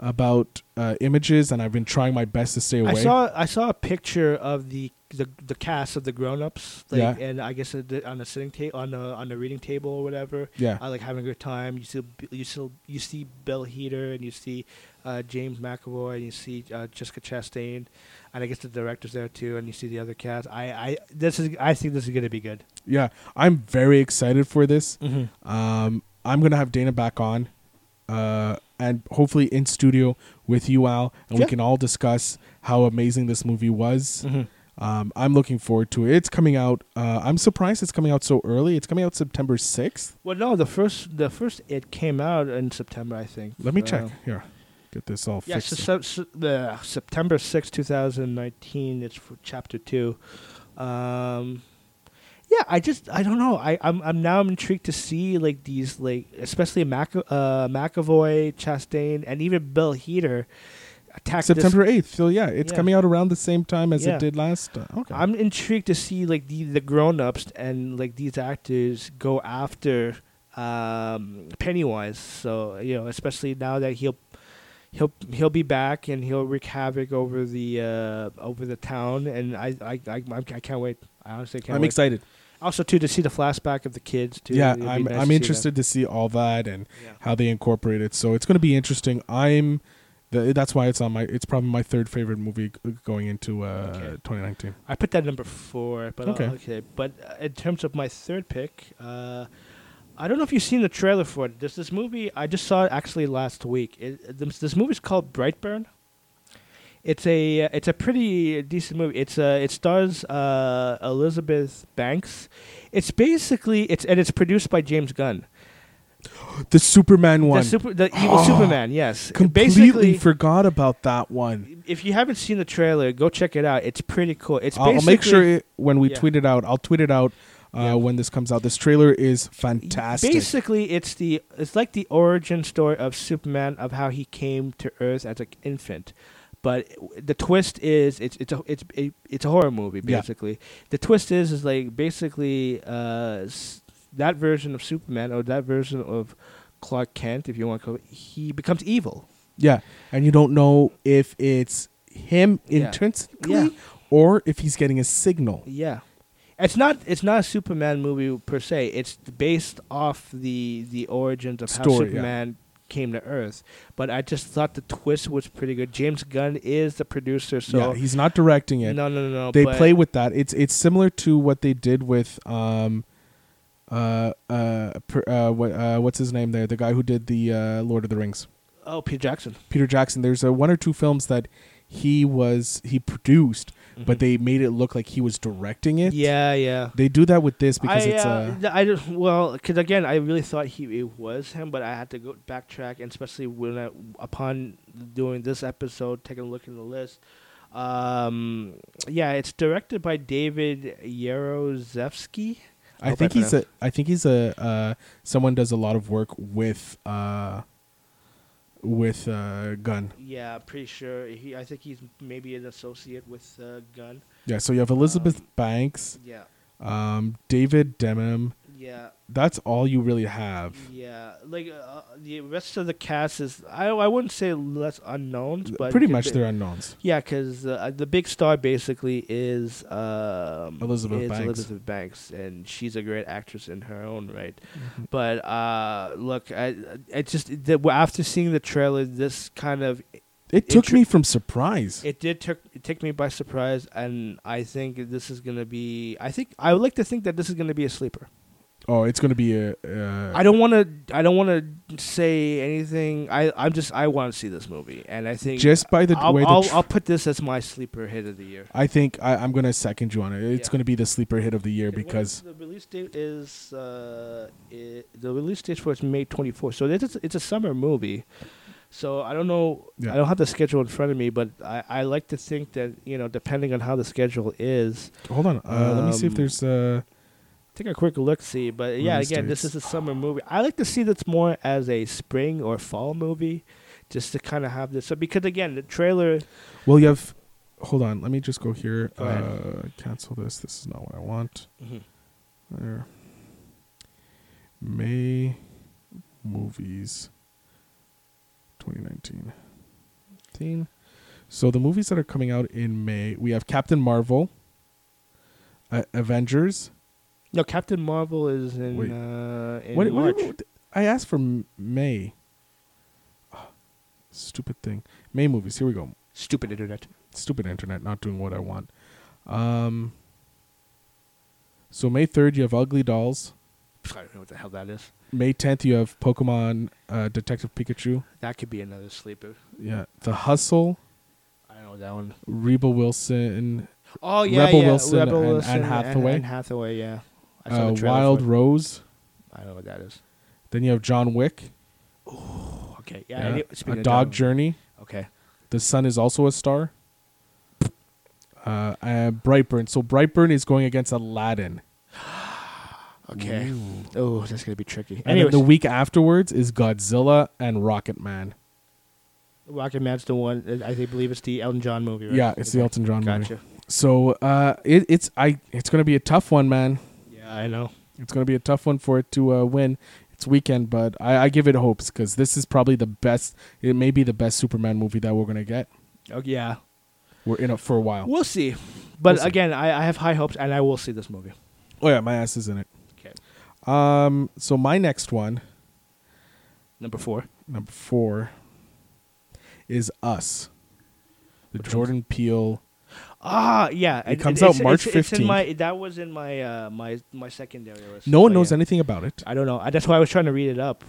S1: about uh, images, and I've been trying my best to stay away.
S2: I saw I saw a picture of the the, the cast of the grown ups, like,
S1: Yeah.
S2: and I guess it did on the sitting table, on the on the reading table or whatever.
S1: Yeah.
S2: I like having a good time. You see, B- you see, you see Bill Heater, and you see uh, James McAvoy, and you see uh, Jessica Chastain, and I guess the directors there too, and you see the other cast. I, I this is I think this is gonna be good.
S1: yeah, I'm very excited for this.
S2: Mm-hmm.
S1: Um, I'm gonna have Dana back on, uh, and hopefully in studio with you, Al, and
S2: Yeah.
S1: we can all discuss how amazing this movie was.
S2: Mhm.
S1: Um, I'm looking forward to it. It's coming out. Uh, I'm surprised it's coming out so early. It's coming out September 6th.
S2: Well, no, the first the first it came out in September, I think.
S1: Let me
S2: Uh,
S1: check here. Get this all
S2: Yeah,
S1: fixed.
S2: so, so, so, the September sixth, two 2019. It's for chapter two. Um, yeah, I just I don't know. I I'm, I'm now I'm intrigued to see like these like especially Mac, uh, McAvoy, Chastain, and even Bill Heater attack this-
S1: September 8th. So yeah, it's
S2: Yeah.
S1: coming out around the same time as
S2: Yeah.
S1: it did last. Uh, okay.
S2: I'm intrigued to see like the the grown ups and like these actors go after um, Pennywise. So you know, especially now that he'll he'll he'll be back and he'll wreak havoc over the uh, over the town. And I I I, I'm- I can't wait. I honestly can't.
S1: I'm
S2: wait.
S1: excited.
S2: Also, too, to see the flashback of the kids. Too.
S1: yeah,
S2: It'd be
S1: I'm
S2: nice
S1: I'm
S2: to see
S1: interested to see all that and
S2: that. Yeah.
S1: how they incorporate it. So it's going to be interesting. I'm the, that's why it's on my it's probably my third favorite movie g- going into uh,
S2: Okay.
S1: 2019.
S2: I put that number four, but okay.
S1: Okay.
S2: okay. But uh, in terms of my third pick, uh, I don't know if you've seen the trailer for it. There's this movie I just saw it actually last week. It, this, this movie's called Brightburn. It's a uh, it's a pretty decent movie. It's uh, it stars uh, Elizabeth Banks. It's basically it's and it's produced by James Gunn.
S1: The Superman
S2: The
S1: one. Oh.
S2: super the evil Superman. Yes,
S1: Completely
S2: Basically,
S1: forgot about that one.
S2: if you haven't seen the trailer, go check it out. It's pretty cool. It's
S1: I'll, I'll make
S2: basically-
S1: sure it, when we
S2: yeah.
S1: tweet it out. I'll tweet it out uh,
S2: Yeah.
S1: when this comes out. This trailer is fantastic.
S2: Basically, it's the it's like the origin story of Superman of how he came to Earth as an infant, but the twist is it's it's a it's a, it's a horror movie
S1: Yeah.
S2: basically. The twist is is like basically uh, s- that version of Superman or that version of Clark Kent, if you want to call it, he becomes evil.
S1: yeah, and you don't know if it's him
S2: Yeah.
S1: intrinsically
S2: Yeah.
S1: or if he's getting a signal.
S2: Yeah. It's not. It's not a Superman movie per se. It's based off the the origins of how
S1: Story, yeah.
S2: Superman came to Earth. But I just thought the twist was pretty good. James Gunn is the producer,
S1: yeah,
S2: so
S1: he's not directing it.
S2: no, no, no, no.
S1: they
S2: but
S1: play with that. It's it's similar to what they did with um, uh, uh, per, uh, what uh, what's his name there? The guy who did the uh, Lord of the Rings,
S2: Oh, Peter Jackson.
S1: Peter Jackson. There's a one or two films that he was he produced, but they made it look like he was directing it.
S2: Mm-hmm. Yeah, yeah.
S1: they do that with this because
S2: I,
S1: it's
S2: uh,
S1: uh,
S2: th- I just well, because again, I really thought he it was him, but I had to go backtrack, and especially when I, upon doing this episode, taking a look in the list. Um, yeah, it's directed by David Yarosevsky.
S1: I
S2: hope
S1: think he's a
S2: pronounced-
S1: I think he's a uh, someone does a lot of work with uh, with uh, Gunn.
S2: Yeah, pretty sure. He, I think he's maybe an associate with uh, Gunn.
S1: Yeah, so you have Elizabeth
S2: Um,
S1: Banks,
S2: Yeah,
S1: um, David Denham.
S2: yeah.
S1: that's all you really have.
S2: Yeah, like uh, the rest of the cast is I I wouldn't say less unknowns, but
S1: Pretty much
S2: there.
S1: they're unknowns.
S2: Yeah, because uh, the big star basically is um,
S1: Elizabeth
S2: is
S1: Banks.
S2: Elizabeth Banks, and she's a great actress in her own right.
S1: Mm-hmm.
S2: But uh, look, I, I just the, after seeing the trailer, this kind of
S1: It took
S2: Intro-
S1: me from surprise.
S2: it did took it take me by surprise, and I think this is gonna be. I think I would like to think that this is gonna be a sleeper.
S1: oh, it's going to be a. Uh,
S2: I don't want to. I don't want to say anything. I I'm just. I want to see this movie, and I think
S1: Just by the
S2: I'll,
S1: way, the
S2: I'll,
S1: tr-
S2: I'll put this as my sleeper hit of the year.
S1: I think I, I'm going to second you on it. It's
S2: Yeah.
S1: going to be the sleeper hit of the year
S2: Okay, when
S1: because
S2: the release date is uh, i the release date for it's May 24th. So it's a, it's a summer movie. So I don't know.
S1: Yeah.
S2: I don't have the schedule in front of me, but I, I like to think that you know, depending on how the schedule is,
S1: Hold on. Uh, let me see if
S2: Um,
S1: there's. Uh,
S2: take a quick look see. But yeah,
S1: Release
S2: again, this
S1: dates.
S2: is a summer movie. I like to see this more as a spring or fall movie, just to kind of have this. So because again, the trailer.
S1: well, you have. Hold on. Let me just go here.
S2: Go
S1: uh, cancel this. This is not what I want. There. May movies 2019. 18. So the movies that are coming out in May, we have Captain Marvel, uh, Avengers.
S2: No, Captain Marvel is in
S1: Wait.
S2: uh, in
S1: What,
S2: March.
S1: what, what- I asked for M- May. Ah, stupid thing. May movies. Here we go.
S2: Stupid internet.
S1: Stupid internet not doing what I want. Um, so May 3rd, you have Ugly Dolls.
S2: I don't know what the hell that is.
S1: May 10th, you have Pokemon uh, Detective Pikachu.
S2: That could be another sleeper.
S1: Yeah. The Hustle,
S2: I don't know that one.
S1: Reba Wilson,
S2: Oh yeah,
S1: Rebel
S2: yeah.
S1: Wilson
S2: Rebel
S1: and
S2: Wilson
S1: Anne Hathaway.
S2: Anne Hathaway, yeah. I saw
S1: uh,
S2: the trailer
S1: Wild
S2: for it.
S1: Rose.
S2: I don't know what that is.
S1: Then you have John Wick,
S2: Oh, okay, yeah.
S1: yeah,
S2: I knew-
S1: A
S2: speaking of
S1: Dog
S2: John-
S1: Journey.
S2: Okay.
S1: The Sun is also a star. Uh, and Brightburn. So Brightburn is going against Aladdin.
S2: Okay. Oh, that's gonna be tricky.
S1: And then
S2: Anyways,
S1: the week afterwards is Godzilla and Rocket Man.
S2: Rocket Man's the one. uh, I think- believe it's the Elton John movie. Right?
S1: Yeah, it's the
S2: Okay.
S1: Elton John movie.
S2: Gotcha.
S1: So uh, it, it's I it's gonna be a tough one, man.
S2: Yeah, I know.
S1: It's gonna be a tough one for it to uh, win. It's weekend, but I, I give it hopes because this is probably the best. It may be the best Superman movie that we're gonna get.
S2: Oh yeah,
S1: We're in it for a while.
S2: we'll see. But
S1: Oh. We'll see.
S2: again, I, I have high hopes, and I will see this movie.
S1: Oh yeah, my ass is in it.
S2: Okay.
S1: Um, so my next one,
S2: Number four.
S1: number four, is Us, the Jordan Peele.
S2: Ah, yeah.
S1: It comes out
S2: it's-
S1: March
S2: it's- it's in
S1: 15th.
S2: my- That was in my uh, my my secondary list.
S1: No one
S2: but
S1: knows
S2: yeah.
S1: anything about it.
S2: I don't know. I, that's why I was trying to read it up.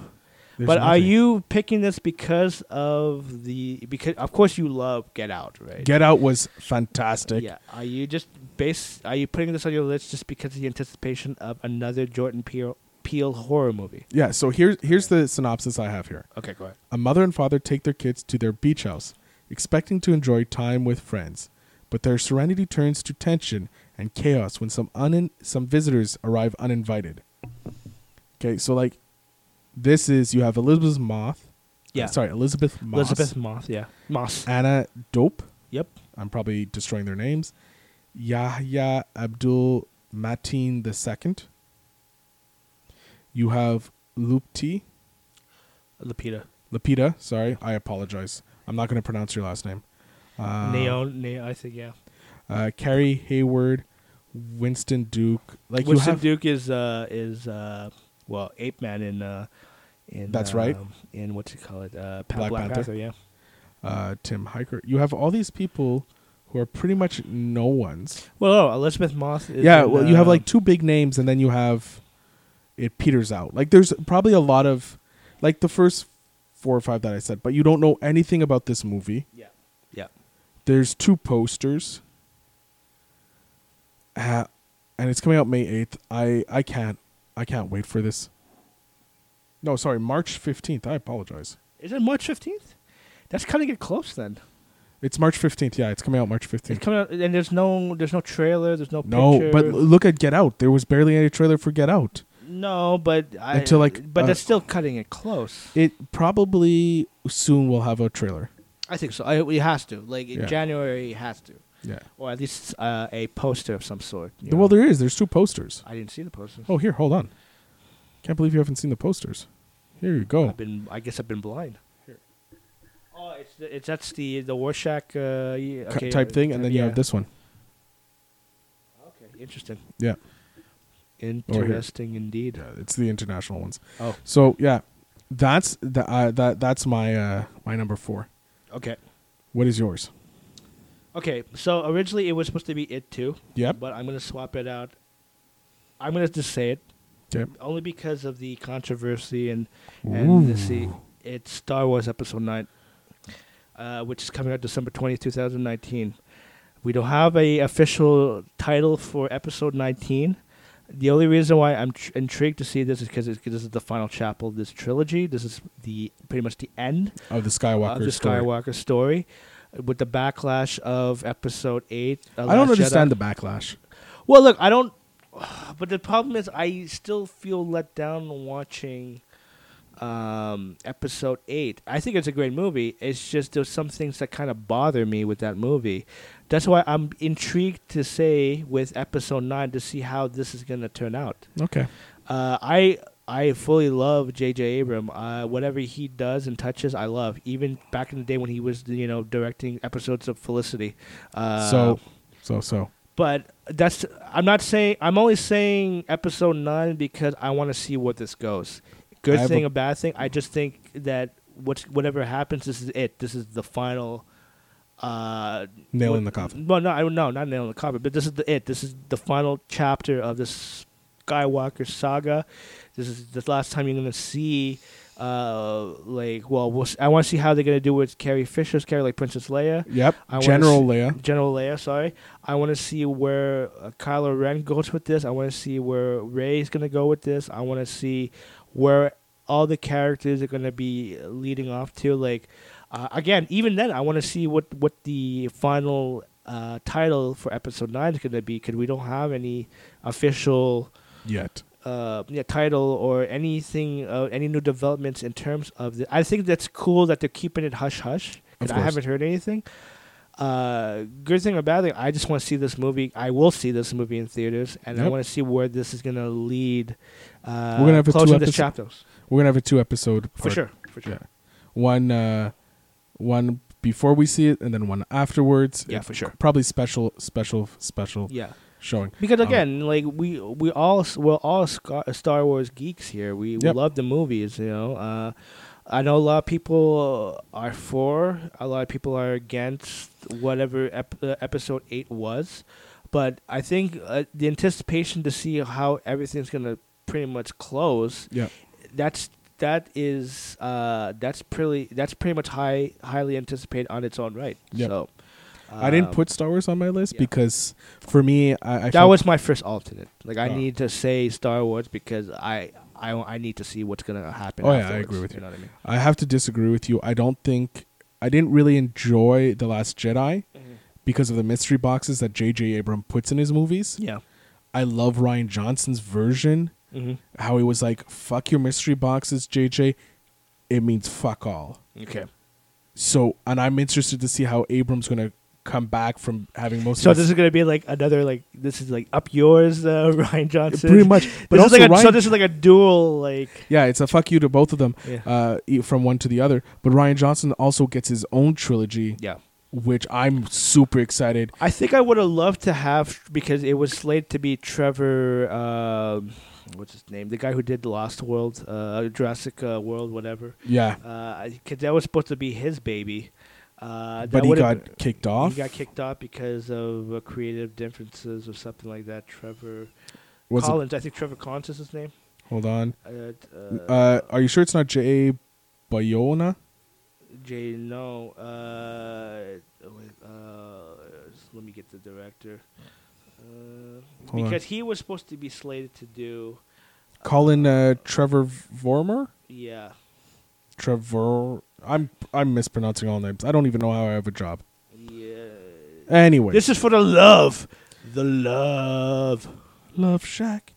S1: There's
S2: but are
S1: nothing.
S2: you picking this because of the because of course you love Get Out, right?
S1: Get Out was fantastic.
S2: Yeah. Are you just base? Are you putting this on your list just because of the anticipation of another Jordan Peele, Peele horror movie?
S1: Yeah, so here's here's the synopsis I have here.
S2: Okay, go ahead.
S1: A mother and father take their kids to their beach house, expecting to enjoy time with friends, but their serenity turns to tension and chaos when some un- some visitors arrive uninvited. Okay, so like this is you have Elizabeth Moth. uh,
S2: Yeah.
S1: Sorry, Elizabeth Moss. Uh,
S2: Elizabeth Moss. Yeah, Moss.
S1: Anna Dope.
S2: Yep.
S1: I'm probably destroying their names. Yahya Abdul Mateen II. You have Lupti.
S2: Lupita.
S1: Lapita, sorry, I apologize. I'm not going to pronounce your last name. Uh,
S2: Neo. Neo. I think yeah.
S1: uh, Carrie Hayward, Winston Duke. Like
S2: Winston
S1: you have,
S2: Duke is uh is uh well Ape Man in uh in
S1: That's right.
S2: um, in what you call it uh Pa-
S1: Black
S2: Black,
S1: Panther.
S2: Panther. yeah
S1: uh, Tim Hiker. You have all these people who are pretty much no ones.
S2: well oh, Elizabeth Moss is
S1: yeah,
S2: in,
S1: well, you have
S2: uh,
S1: like two big names, and then you have it peters out. Like there's probably a lot of like the first four or five that I said, but you don't know anything about this movie.
S2: yeah yeah
S1: There's two posters. Uh, and it's coming out May 8th. I I can't I can't wait for this. No, sorry, March 15th. I apologize.
S2: is it March fifteenth that's kind of get close then
S1: It's March 15th. Yeah, it's coming out March
S2: it's
S1: 15th.
S2: coming out and there's no there's no trailer there's no
S1: no,
S2: picture.
S1: but l- look at Get Out. There was barely any trailer for Get Out.
S2: no but I,
S1: Until, like,
S2: but
S1: uh,
S2: that's still cutting it close
S1: It probably soon will have a trailer.
S2: I think so I, it has to like in
S1: Yeah.
S2: January it has to
S1: Yeah.
S2: or at least uh, a poster of some sort you know?
S1: Well, there is. There's two posters.
S2: I didn't see the poster
S1: Oh, here, hold on. Can't believe you haven't seen the posters. Here you go.
S2: I've been. I guess I've been blind. Oh, it's, the- it's that's the the Warshak uh, y-
S1: Cu-
S2: okay,
S1: type thing, and then you
S2: yeah.
S1: have this one.
S2: Okay, interesting.
S1: Yeah.
S2: Interesting indeed.
S1: Yeah, it's the international ones.
S2: Oh,
S1: So yeah, that's the, uh, that that's my uh, my number four.
S2: okay,
S1: What is yours?
S2: okay. So originally it was supposed to be it too.
S1: Yep.
S2: But I'm gonna swap it out. I'm gonna just say it
S1: Okay.
S2: only because of the controversy and and the see it's Star Wars Episode Nine, uh, which is coming out December twentieth, two thousand nineteen. We don't have a official title for Episode nineteen, The only reason why I'm tr- intrigued to see this is because this is the final chapter of this trilogy. This is the pretty much the end
S1: of the Skywalker
S2: of the
S1: story.
S2: Skywalker story, with the backlash of Episode Eight. uh,
S1: I don't
S2: Last Jedi.
S1: understand the backlash.
S2: Well, look, I don't. But the problem is, I still feel let down watching um, episode eight. I think it's a great movie. It's just there's some things that kind of bother me with that movie. That's why I'm intrigued to say with episode nine to see how this is going to turn out.
S1: Okay.
S2: Uh, I I fully love J.J. Abram. Uh, whatever he does and touches, I love. Even back in the day when he was you know directing episodes of Felicity. Uh,
S1: so, so, so.
S2: but that's I'm not saying I'm only saying episode nine because I want to see where this goes.
S1: I
S2: Good
S1: have
S2: thing
S1: a-
S2: or bad thing. I just think that what's whatever happens, this is it. This is the final uh,
S1: Nail in
S2: what-
S1: the coffin.
S2: Well, no, I no, not nail in the coffin, but this is the it. This is the final chapter of this Skywalker saga. This is the last time you're gonna see. Uh, like, well, we'll s- I want to see how they're gonna do with Carrie Fisher's character, like Princess Leia.
S1: Yep.
S2: I wanna
S1: General
S2: see-
S1: Leia.
S2: General Leia, sorry. I want to see where uh, Kylo Ren goes with this. I want to see where Ray's going to go with this. I want to see where all the characters are going to be uh, leading off to. Like, uh, again, even then, I want to see what, what the final uh, title for episode 9 is going to be because we don't have any official
S1: Yet.
S2: uh, yeah, title or anything, uh, any new developments in terms of the. I think that's cool that they're keeping it hush hush.
S1: Of
S2: And I
S1: course.
S2: haven't heard anything. Uh, good thing or bad thing, I just want to see this movie. I will see this movie in theaters, and I
S1: Yep.
S2: want to see where this is gonna lead. Uh,
S1: We're gonna have a
S2: closing this
S1: two-episode-
S2: chapters
S1: We're gonna have a two episode.
S2: for sure, for sure.
S1: Yeah. One. Uh, one before we see it, and then one afterwards.
S2: Yeah, for sure.
S1: Probably special, special, special
S2: Yeah,
S1: showing.
S2: because
S1: Um,
S2: again, like we we all s- we're all Scar- Star Wars geeks here. We, we
S1: Yep.
S2: love the movies, you know. Uh, I know a lot of people are for, a lot of people are against whatever ep- uh, episode eight was, but I think uh, the anticipation to see how everything's gonna pretty much close.
S1: Yeah.
S2: That's that is uh that's pretty that's pretty much high highly anticipated on its own right.
S1: Yep.
S2: So.
S1: I didn't
S2: um,
S1: put Star Wars on my list
S2: yeah.
S1: because for me, I, I
S2: that
S1: felt-
S2: was my first alternate. Like I
S1: Oh.
S2: need to say Star Wars because I, I I need to see what's gonna happen.
S1: Oh, yeah, I
S2: afterwards,
S1: agree with you.
S2: know what I mean?
S1: I have to disagree with you. I don't think I didn't really enjoy The Last Jedi because of the mystery boxes that J.J. Abram puts in his movies.
S2: Yeah.
S1: I love Ryan Johnson's version,
S2: Mm-hmm.
S1: how he was like, "Fuck your mystery boxes, J.J." It means fuck all.
S2: Okay.
S1: So, and I'm interested to see how Abram's gonna come back from having most.
S2: So
S1: of
S2: this is gonna be like another like this is like up yours, uh, Ryan Johnson.
S1: pretty much, but
S2: this
S1: also
S2: is like a, so
S1: Ryan-
S2: this is like a dual like.
S1: Yeah, it's a fuck you to both of them,
S2: Yeah.
S1: uh, e- from one to the other. But Ryan Johnson also gets his own trilogy,
S2: Yeah.
S1: which I'm super excited.
S2: I think I would have loved to have because it was slated to be Trevor. Um, what's his name? The guy who did Lost World, uh, Jurassic uh, World, whatever.
S1: Yeah,
S2: Because Uh, that was supposed to be his baby. Uh, that
S1: but he
S2: would've-
S1: got kicked off.
S2: He got kicked off because of uh, creative differences or something like that. Trevor
S1: Was it-
S2: Collins, I think Trevor Collins is his name.
S1: hold on.
S2: Uh,
S1: Uh, are you sure it's not J. A. Bayona?
S2: Jay, no. Uh, wait, uh, s- let me get the director. Uh,
S1: on.
S2: because he was supposed to be slated to do,
S1: Colin uh, Trevor Vormer?
S2: yeah.
S1: Trevor? I'm I'm mispronouncing all names. I don't even know how I have a job.
S2: Yeah.
S1: Anyway,
S2: This is for the love, the love.
S1: Love Shack,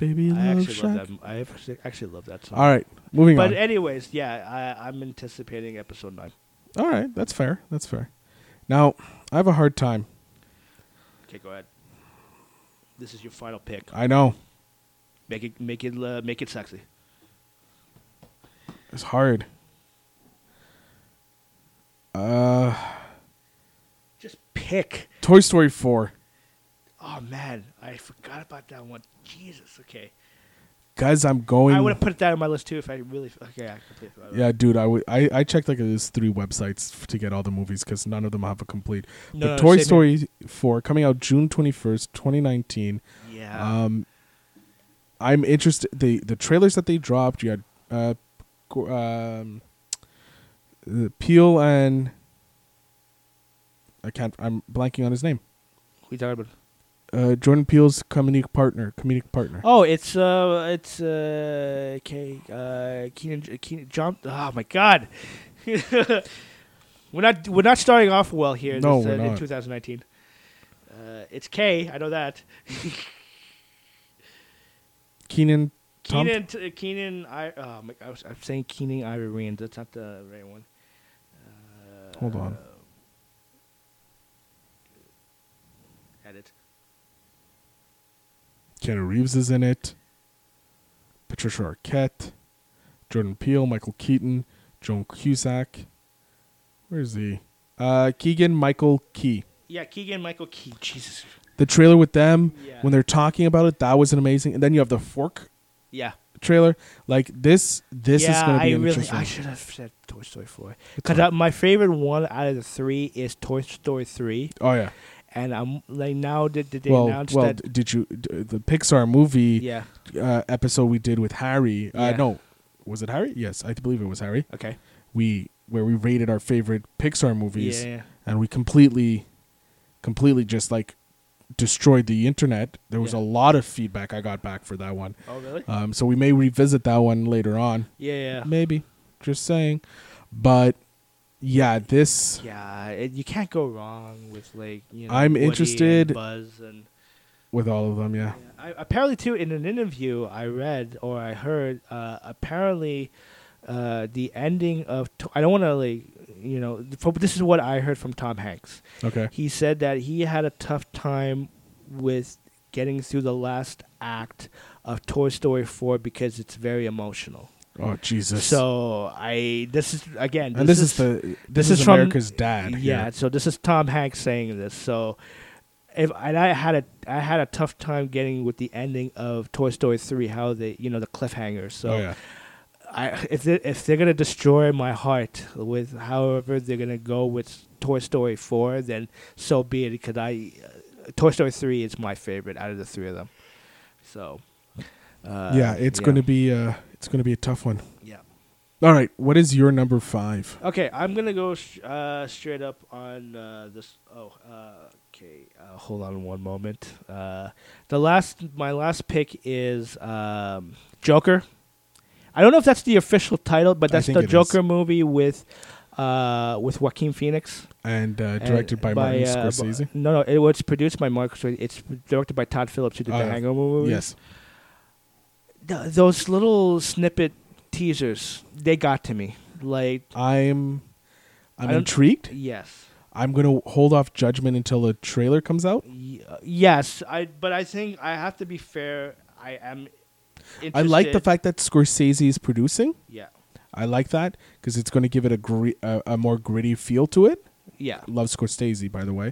S1: baby
S2: I
S1: Love
S2: actually love
S1: Shack.
S2: that. I actually- actually love that song.
S1: All right, moving
S2: But
S1: on.
S2: anyways, yeah, I, I'm anticipating episode nine.
S1: all right, that's fair. That's fair. Now I have a hard time.
S2: Okay, go ahead. This is your final pick.
S1: I know
S2: Make it, make it, uh, make it sexy.
S1: it's hard. Uh,
S2: Just pick.
S1: Toy Story four.
S2: Oh man, I forgot about that one. Jesus. Okay.
S1: Guys, I'm going.
S2: I would have put that on my list too if I really. Okay, I completely forgot. about
S1: Yeah,
S2: it.
S1: dude, I would- I- I checked like at least three websites f- to get all the movies because none of them have a complete.
S2: No,
S1: but
S2: no,
S1: Toy
S2: same
S1: Story 4 coming out June 21st, 2019.
S2: Yeah.
S1: Um, I'm interested. The the trailers that they dropped, you had uh, Gor- um, uh, Peel and I can't. I'm blanking on his name.
S2: we talking about
S1: uh, Jordan Peele's comedic partner, comedic partner.
S2: Oh, it's uh, it's uh, K, uh, Keenan, Keenan, John. Oh my God, we're not we're not starting off well here.
S1: No,
S2: this,
S1: we're
S2: uh, in
S1: not.
S2: 2019. Uh, it's K. I know that.
S1: Keenan Tom-
S2: Keenan, t- Keenan. I, oh my, I was, I'm saying Keenan Irene. That's not the right one. Uh,
S1: Hold on.
S2: Edit.
S1: Keanu Reeves is in it. Patricia Arquette, Jordan Peele, Michael Keaton, Joan Cusack. Where's he? Uh, Keegan Michael Key.
S2: Yeah, Keegan Michael Key. Jesus.
S1: The trailer with them
S2: Yeah.
S1: when they're talking about it that was an amazing. And then you have the fork
S2: Yeah.
S1: trailer. Like this, this
S2: yeah,
S1: is going to be
S2: I
S1: an
S2: really,
S1: interesting.
S2: I should have said Toy Story four because my favorite one out of the three is Toy Story three,
S1: oh yeah.
S2: and I'm like now did, did they
S1: Well,
S2: announce
S1: well,
S2: that?
S1: d- did you d- the Pixar movie
S2: yeah.
S1: uh, episode we did with Harry? Uh,
S2: Yeah.
S1: No, was it Harry? Yes, I believe it was Harry.
S2: Okay.
S1: We where we rated our favorite Pixar movies.
S2: Yeah.
S1: and we completely completely just like destroyed the internet there was a
S2: Yeah.
S1: lot of feedback i got back for that one
S2: Oh really?
S1: um, so we may revisit that one later on
S2: yeah. Yeah.
S1: maybe just saying but yeah this
S2: Yeah. It, you can't go wrong with like you know.
S1: I'm
S2: Woody and
S1: interested-
S2: Buzz and.
S1: with all of them yeah
S2: Yeah, I, apparently, too, in an interview I read or I heard, uh, apparently, uh, the ending of to- I don't want to like you know, fo- but this is what I heard from Tom Hanks.
S1: okay
S2: He said that he had a tough time with getting through the last act of Toy Story four because it's very emotional.
S1: oh jesus
S2: So I this is again
S1: and this, is, the this, is,
S2: is from-
S1: america's dad here.
S2: yeah, so this is Tom Hanks saying this. So if and I had a I had a tough time getting with the ending of Toy Story 3 how they, you know, the cliffhanger. So
S1: oh yeah
S2: I if they if they're going to destroy my heart with however they're going to go with Toy Story 4, then so be it cuz I uh, Toy Story 3 is my favorite out of the three of them. So uh,
S1: yeah it's going to be uh it's going to be a tough one
S2: yeah.
S1: all right what is your number five
S2: Okay, I'm gonna go sh- uh, straight up on uh, this. Oh, uh, okay. Uh, hold on one moment. Uh, the last, my last pick is um, Joker. I don't know if that's the official title, but
S1: I
S2: that's
S1: think
S2: the
S1: it is.
S2: Joker movie with uh, with Joaquin Phoenix.
S1: and uh,
S2: and
S1: directed by, martin
S2: uh, bu-
S1: scorsese
S2: no, no, it was produced by Martin Scorsese. It's directed by Todd Phillips, who did
S1: Oh,
S2: the
S1: yeah.
S2: Hangover movie.
S1: yes
S2: Th- those little snippet teasers, they got to me. Like,
S1: i'm i'm
S2: I don't-
S1: intrigued
S2: yes.
S1: I'm gonna hold off judgment until a trailer comes out.
S2: Y- uh, yes, I. But I think I have to be fair. I am. Interested.
S1: I like the fact that Scorsese is producing.
S2: Yeah,
S1: I like that because it's gonna give it a, gri- a a more gritty feel to it.
S2: yeah,
S1: Love Scorsese, by the way.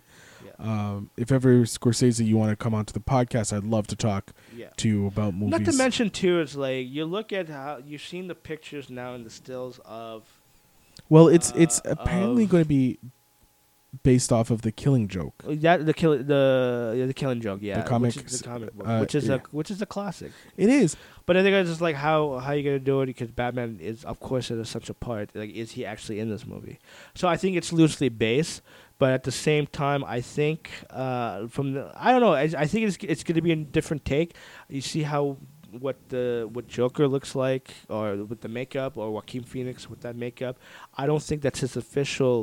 S2: yeah.
S1: Um, if ever Scorsese, you want to come onto the podcast, I'd love to talk
S2: Yeah.
S1: to you about movies.
S2: Not to mention too, it's like you look at how you've seen the pictures now and the stills of.
S1: well, it's it's
S2: uh,
S1: apparently
S2: of-
S1: going to be based off of the Killing Joke.
S2: uh, That the kill the yeah, the killing joke yeah
S1: comic
S2: which is
S1: s-
S2: the comic book
S1: uh,
S2: which is
S1: yeah.
S2: a which is a classic
S1: It is.
S2: but I think it's just like how how you gonna do it because Batman is of course an essential part like is he actually in this movie so I think it's loosely based but at the same time I think uh, from the I don't know I, I think it's it's gonna be a different take you see how what the what Joker looks like or with the makeup or Joaquin Phoenix with that makeup I don't think that's his official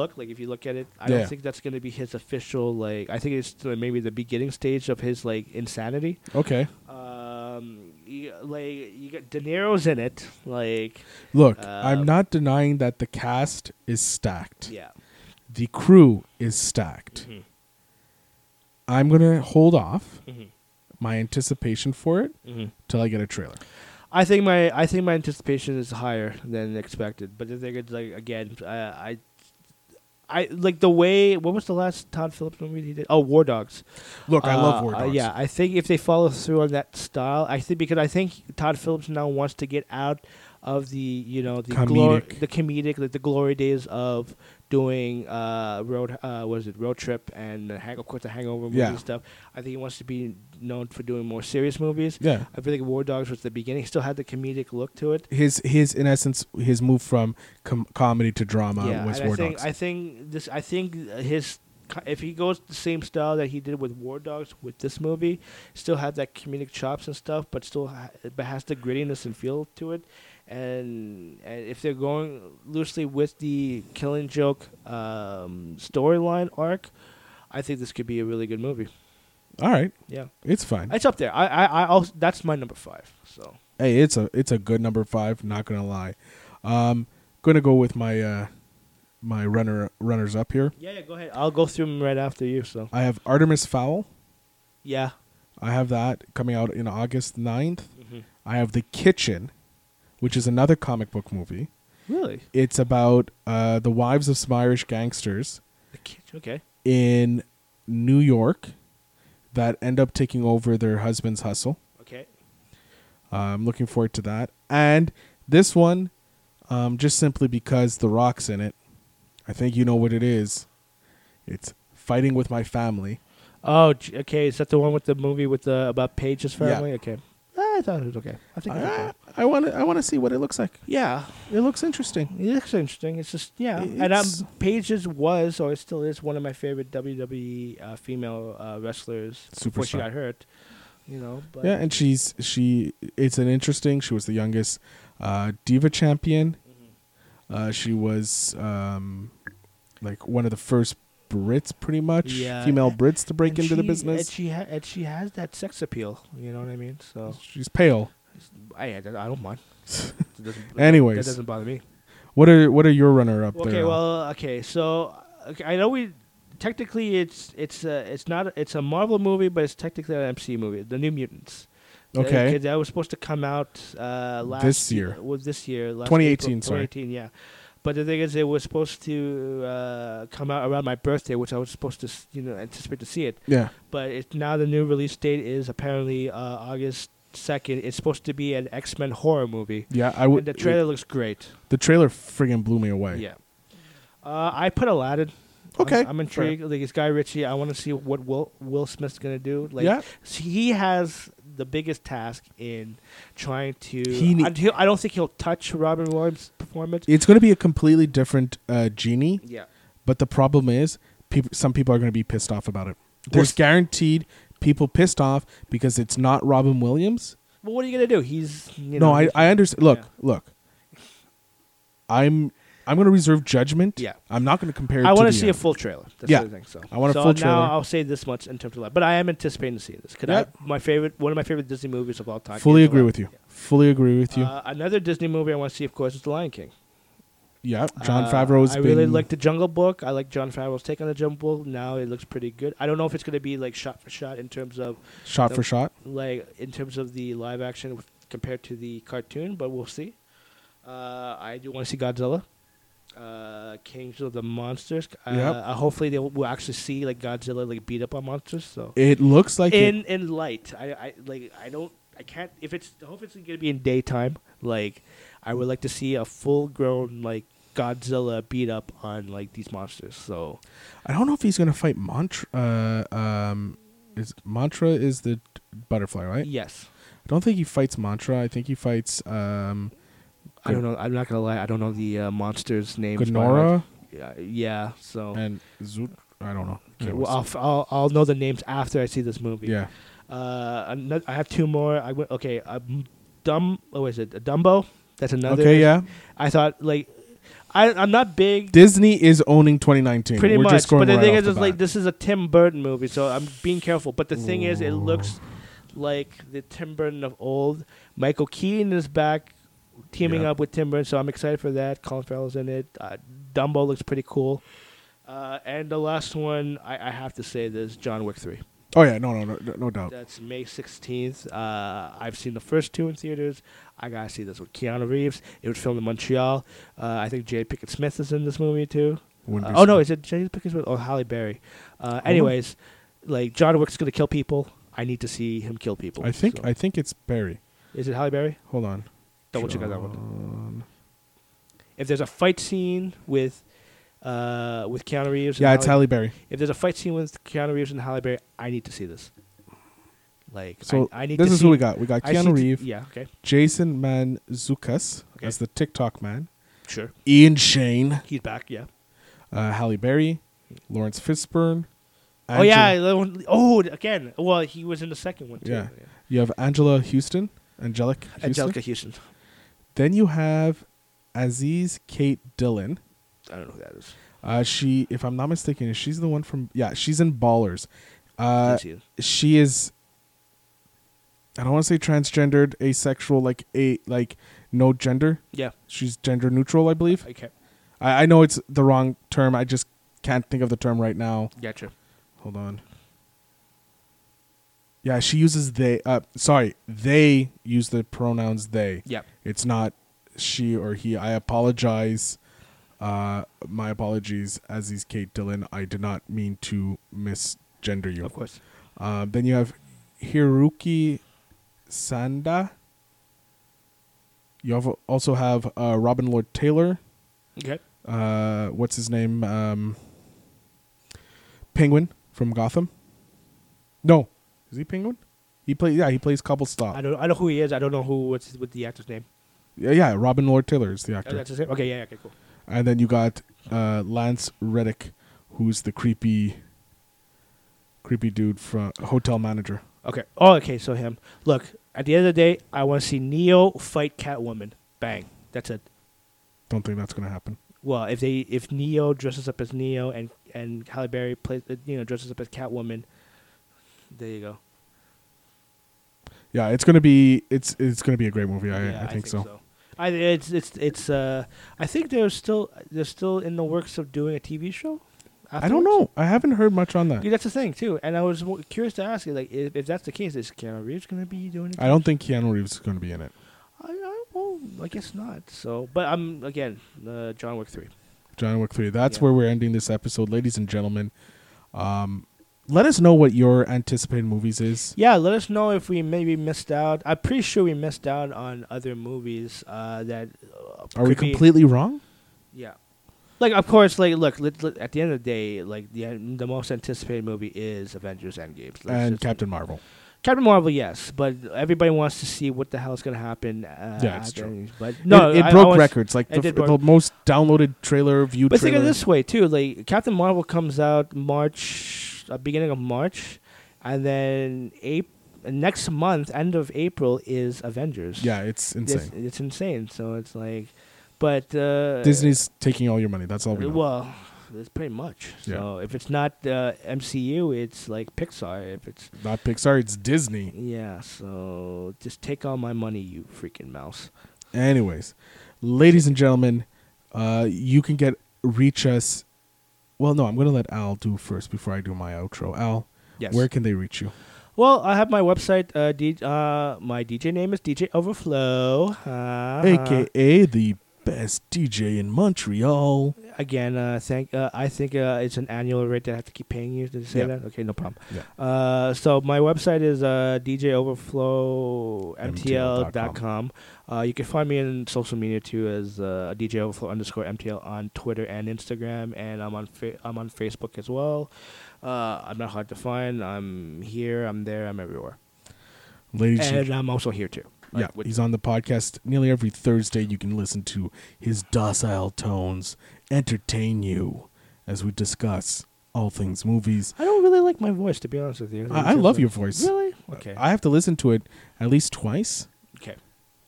S2: look like if you look at it I
S1: Yeah.
S2: don't think that's gonna be his official like I think it's uh, maybe the beginning stage of his like insanity
S1: Okay.
S2: um, you, like you got De Niro's in it. Like,
S1: Look,
S2: Uh,
S1: I'm not denying that the cast is stacked.
S2: yeah, Mm-hmm.
S1: The crew is stacked. I'm gonna hold off my anticipation for it till I get a trailer.
S2: I think my I think my anticipation is higher than expected. But the thing is, like again, I, I, I like the way. What was the last Todd Phillips movie he did? Oh, War Dogs.
S1: Look, I
S2: Uh,
S1: love War
S2: uh,
S1: Dogs.
S2: yeah, I think if they follow through on that style, I think because I think Todd Phillips now wants to get out of the you know the glory,
S1: Comedic.
S2: the comedic, like the glory days of doing uh road uh was it road trip and the hang of course the hangover movie
S1: Yeah.
S2: and stuff. I think he wants to be known for doing more serious movies.
S1: yeah.
S2: I feel like War Dogs was the beginning. Still had the comedic look to it.
S1: His his in essence his move from com- comedy to drama
S2: yeah,
S1: was
S2: and
S1: War
S2: I think
S1: Dogs.
S2: I think this I think his ki- if he goes the same style that he did with War Dogs with this movie, still have that comedic chops and stuff, but still ha- but has the grittiness and feel to it. And, and if they're going loosely with the Killing Joke um, storyline arc, I think this could be a really good movie.
S1: All right,
S2: Yeah,
S1: it's fine.
S2: it's up there. I I, I also, that's my number five. So
S1: hey, it's a it's a good number five. Not gonna lie. Um, gonna go with my uh, my runner runners up here.
S2: yeah, yeah, go ahead. I'll go through them right after you. So
S1: I have Artemis Fowl.
S2: yeah,
S1: I have that coming out in August 9th.
S2: Mm-hmm.
S1: I have The Kitchen, which is another comic book movie.
S2: really
S1: It's about uh, the wives of some Irish gangsters
S2: the kitchen. Okay,
S1: in New York that end up taking over their husband's hustle.
S2: okay.
S1: Uh, I'm looking forward to that. And this one, um, just simply because The Rock's in it. I think you know what it is. It's Fighting with My Family.
S2: Oh, j- okay. Is that the one with the movie with the about Paige's
S1: Yeah.
S2: family? Okay. Ah, I thought it was okay. I think. it was okay.
S1: I- I want to I want to see what it looks like.
S2: Yeah,
S1: It looks interesting.
S2: it looks interesting. It's just yeah, and um,
S1: It's-
S2: Paige's was or it still is one of my favorite WWE uh, female uh, wrestlers before she
S1: Superstar.
S2: got hurt. You know, but
S1: Yeah, and she's she. It's an interesting. She was the youngest uh, diva champion.
S2: Mm-hmm.
S1: Uh, she was um, like one of the first Brits, pretty much
S2: Yeah,
S1: female
S2: a-
S1: Brits to break
S2: and
S1: into the
S2: she-
S1: business.
S2: And she ha- and she has that sex appeal. You know what I mean? So
S1: she's pale.
S2: I I don't mind. It doesn't-
S1: Anyways.
S2: that doesn't bother me.
S1: What are what are your runner up there?
S2: Okay,
S1: Al?
S2: well, okay. So okay, I know we technically it's it's uh, it's not it's a Marvel movie, but it's technically an MC movie, The New Mutants. Uh,
S1: Okay.
S2: 'cause that was supposed to come out uh, last
S1: This year.
S2: Was this year? Last
S1: 2018,
S2: April,
S1: sorry.
S2: 2018, yeah. But the thing is, it was supposed to uh, come out around my birthday, which I was supposed to, s- you know, anticipate to see it
S1: yeah,
S2: but it's now the new release date is apparently uh, August second. It's supposed to be an X Men horror movie.
S1: yeah. I would.
S2: and the trailer looks great.
S1: the trailer friggin' blew me away.
S2: Yeah, uh, I put Aladdin.
S1: Okay,
S2: I'm, I'm intrigued. Like it's Guy Ritchie. I want to see what Will Will Smith's gonna do. Like
S1: Yeah.
S2: he has the biggest task in trying to.
S1: He ne-
S2: I, don't- I don't think he'll touch Robin Williams' performance.
S1: It's going to be a completely different uh, genie,
S2: yeah.
S1: but the problem is, people. Some people are going to be pissed off about it. There's
S2: s-
S1: guaranteed people pissed off because it's not Robin Williams.
S2: Well, what are you gonna do? He's you know,
S1: no, I,
S2: he's-
S1: I understand. Look,
S2: yeah.
S1: look. I'm I'm gonna reserve judgment.
S2: Yeah.
S1: I'm not gonna compare.
S2: I
S1: want to
S2: see
S1: the
S2: a
S1: end.
S2: full trailer. That's
S1: Yeah.
S2: the thing. So
S1: I want a
S2: so
S1: full
S2: Now
S1: trailer.
S2: I'll say this much in terms of that, but I am anticipating to see this because
S1: Yeah.
S2: my favorite, one of my favorite Disney movies of all time.
S1: Fully
S2: is
S1: agree
S2: Aladdin.
S1: with you. Fully agree with you.
S2: Uh, another Disney movie I want to see, of course, is The Lion King.
S1: yeah, John
S2: Uh,
S1: Favreau's.
S2: I really
S1: been-
S2: like The Jungle Book. I like John Favreau's take on The Jungle Book. Now it looks pretty good. I don't know if it's going to be like shot for shot in terms of
S1: shot
S2: the-
S1: for shot.
S2: like in terms of the live action with- compared to the cartoon, but we'll see. Uh, I do want to see Godzilla, uh, Kings of the Monsters. Uh,
S1: Yep.
S2: uh, hopefully, they will we'll actually see like Godzilla like beat up on monsters. So
S1: It looks like it,
S2: in in light, I, I like I don't I can't if it's I hope it's gonna be in daytime. Like I would like to see a full grown like Godzilla beat up on like these monsters. So
S1: I don't know if he's gonna fight Mantra. Uh, um, is Mantra is the butterfly, right?
S2: yes,
S1: I don't think he fights Mantra. I think he fights um,
S2: I don't know. I'm not gonna lie. I don't know the uh, monsters' names. by heart.
S1: Gnora Uh,
S2: Yeah, yeah. So
S1: and Zoot. I don't know.
S2: Okay,
S1: Anyways.
S2: well, I'll, f- I'll I'll know the names after I see this movie.
S1: yeah,
S2: Uh, ano- I have two more. I went okay. A m- dumb. Oh, is it a Dumbo? That's another.
S1: okay, yeah.
S2: I thought like, I I'm not big.
S1: Disney is owning 2019.
S2: pretty
S1: We're
S2: much,
S1: just going
S2: but the
S1: right
S2: thing
S1: off
S2: is,
S1: the
S2: it's like
S1: bat.
S2: this is a Tim Burton movie, so I'm being careful. But the thing is, it looks like the Tim Burton of old. Michael Keaton is back, teaming
S1: Yeah.
S2: up with Tim Burton, so I'm excited for that. Colin Farrell's in it. Uh, Dumbo looks pretty cool. Uh, and the last one, I, I have to say this: John Wick Three.
S1: Oh yeah, no, no, no, no doubt.
S2: That's May 16th. Uh, I've seen the first two in theaters. I gotta see this with Keanu Reeves. It was filmed in Montreal. Uh, I think Jade Pickett Smith is in this movie too.
S1: Wouldn't
S2: Uh,
S1: be Uh-huh.
S2: oh no,
S1: surprised.
S2: is it Jade Pickett Smith or Halle Berry? Uh, anyways, like John Wick's gonna kill people. I need to see him kill people.
S1: I think
S2: so.
S1: I think it's Barry.
S2: is it Halle Berry?
S1: Hold on.
S2: Double check out that one. If there's a fight scene with uh, with Keanu Reeves, and
S1: Yeah, it's
S2: Halle-
S1: Halle Berry.
S2: If there's a fight scene with Keanu Reeves and Halle Berry, I need to see this. Like,
S1: So
S2: I, I need.
S1: this
S2: to
S1: is
S2: see,
S1: who we got. We got
S2: I see-
S1: Keanu Reeves,
S2: Yeah. Okay.
S1: Jason Manzukas
S2: Okay.
S1: as the TikTok man,
S2: Sure.
S1: Ian Shane,
S2: He's back, yeah.
S1: uh, Halle Berry, Lawrence Fishburne.
S2: Oh yeah.
S1: Angela-
S2: the one- Oh, again. Well, he was in the second one too.
S1: yeah. You have Angela Houston, Angelic. Houston.
S2: Angelica Houston.
S1: Then you have Aziz Kate Dillon.
S2: I don't know who that is.
S1: Uh, she, if I'm not mistaken, she's the one from yeah, she's in Ballers. Uh,
S2: Didn't see it.
S1: she is. I don't want to say transgendered, asexual, like a like no gender.
S2: yeah.
S1: She's gender neutral, I believe.
S2: Okay.
S1: I, I know it's the wrong term. I just can't think of the term right now.
S2: Gotcha.
S1: Hold on. Yeah, she uses they. Uh, sorry, they use the pronouns they.
S2: Yep.
S1: It's not she or he. I apologize. Uh, my apologies, Aziz Kate Dillon. I did not mean to misgender you.
S2: Of course.
S1: Uh, then you have Hiroki Sanda. You have, also have uh, Robin Lord Taylor.
S2: Okay.
S1: Uh, what's his name? Um, Penguin from Gotham. No, is he Penguin? He play yeah he plays
S2: I
S1: Cobblestop.
S2: don't. I know who he is. I don't know who. What's his- what the actor's name?
S1: Yeah, yeah, Robin Lord Taylor is the
S2: Oh,
S1: actor.
S2: that's his name. Okay. Yeah. Okay. Cool.
S1: And then you got uh, Lance Reddick, who's the creepy, creepy dude from Hotel Manager.
S2: Okay. Oh, okay. So him. Look, at the end of the day, I want to see Neo fight Catwoman. Bang. That's it.
S1: Don't think that's gonna happen.
S2: Well, if they if Neo dresses up as Neo and and Halle Berry plays uh, you know dresses up as Catwoman, there you go.
S1: Yeah, it's gonna be it's it's gonna be a great movie. I, I, think, so.
S2: I it's it's it's uh I think they're still they're still in the works of doing a TV show.
S1: I don't
S2: afterwards.
S1: know. I haven't heard much on that.
S2: Dude, that's the thing too, and I was w- curious to ask you, like, if, if that's the case, is Keanu Reeves gonna be doing it?
S1: I don't think Keanu Reeves is gonna be in it.
S2: I, I, well, I guess not. So, but I'm again, uh, John Wick three.
S1: John Wick 3. That's
S2: Yeah.
S1: where we're ending this episode, ladies and gentlemen. Um, let us know what your anticipated movies is.
S2: Yeah, let us know if we maybe missed out. I'm pretty sure we missed out on other movies uh, that uh,
S1: Are we
S2: could be-
S1: completely wrong?
S2: Yeah. Like of course, like look, let, let- at the end of the day, like the the most anticipated movie is Avengers Endgame. So let's
S1: and
S2: just-
S1: Captain Marvel.
S2: Captain Marvel, yes, but everybody wants to see what the hell's gonna happen. Uh,
S1: Yeah, it's
S2: at-
S1: true.
S2: But no,
S1: it, it
S2: I- I
S1: broke
S2: was-
S1: records. Like
S2: it
S1: the,
S2: did
S1: the
S2: broke-
S1: most downloaded trailer, view
S2: But think
S1: trailer.
S2: of it this way too. Like Captain Marvel comes out March, uh, beginning of March, and then April, next month, end of April is Avengers.
S1: yeah, it's insane.
S2: It's, it's insane. So it's like, but uh,
S1: Disney's taking all your money. That's all we know.
S2: Well, it's pretty much.
S1: Yeah.
S2: So if it's not uh, MCU, it's like Pixar. If it's
S1: Not Pixar, it's Disney.
S2: yeah, so just take all my money, you freaking mouse.
S1: Anyways, ladies and gentlemen, uh, you can get reach us. Well, no, I'm going to let Al do first before I do my outro. Al,
S2: Yes.
S1: where can they reach you?
S2: Well, I have my website. Uh, D- uh, my DJ name is DJ Overflow. Uh,
S1: aka the best DJ in Montreal.
S2: again, uh, thank. Uh, I think uh, it's an annual rate that I have to keep paying you to say
S1: Yeah.
S2: that. Okay, no problem.
S1: Yeah.
S2: Uh, so my website is uh, djoverflowmtl.com. Uh, you can find me on social media too as uh, djoverflow underscore mtl on Twitter and Instagram, and I'm on fa- I'm on Facebook as well. Uh, I'm not hard to find. I'm here. I'm there. I'm everywhere,
S1: Ladies
S2: and
S1: and
S2: I'm also here too.
S1: yeah,
S2: Like, with-
S1: he's on the podcast nearly every Thursday. You can listen to his docile tones entertain you as we discuss all things movies.
S2: I don't really like my voice, to be honest with you.
S1: I, I love your voice.
S2: Really? Okay.
S1: I have to listen to it at least twice,
S2: okay.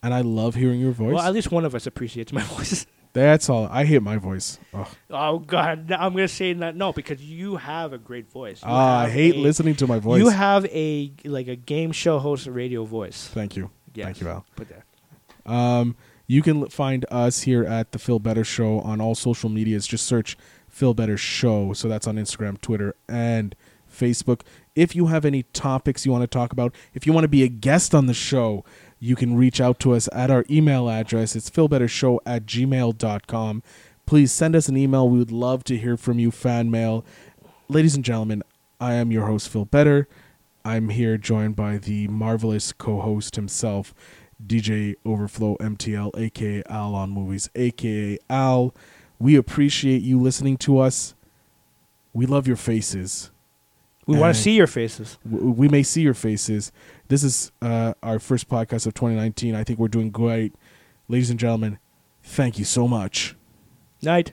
S1: and I love hearing your voice.
S2: Well, at least one of us appreciates my voice.
S1: That's all. I hate my voice. Ugh.
S2: Oh God, no, I'm gonna say that no because you have a great voice. You
S1: Ah, I
S2: have
S1: hate
S2: a-
S1: listening to my voice.
S2: You have a like a game show host radio voice.
S1: Thank you.
S2: Yes.
S1: Thank you, Al.
S2: Put that.
S1: Um, you can l- find us here at the Phil Better Show on all social medias. Just search Phil Better Show. So that's on Instagram, Twitter, and Facebook. If you have any topics you want to talk about, if you want to be a guest on the show, you can reach out to us at our email address. It's philbettershow at gmail.com. Please send us an email. We would love to hear from you, fan mail. Ladies and gentlemen, I am your host, Phil Better. I'm here joined by the marvelous co host himself, DJ Overflow MTL, aka Al on Movies, aka Al. We appreciate you listening to us. We love your faces.
S2: We want
S1: And-
S2: to see your faces.
S1: W- We may see your faces. This is uh, our first podcast of 2019. I think we're doing great. Ladies and gentlemen, thank you so much.
S2: Night.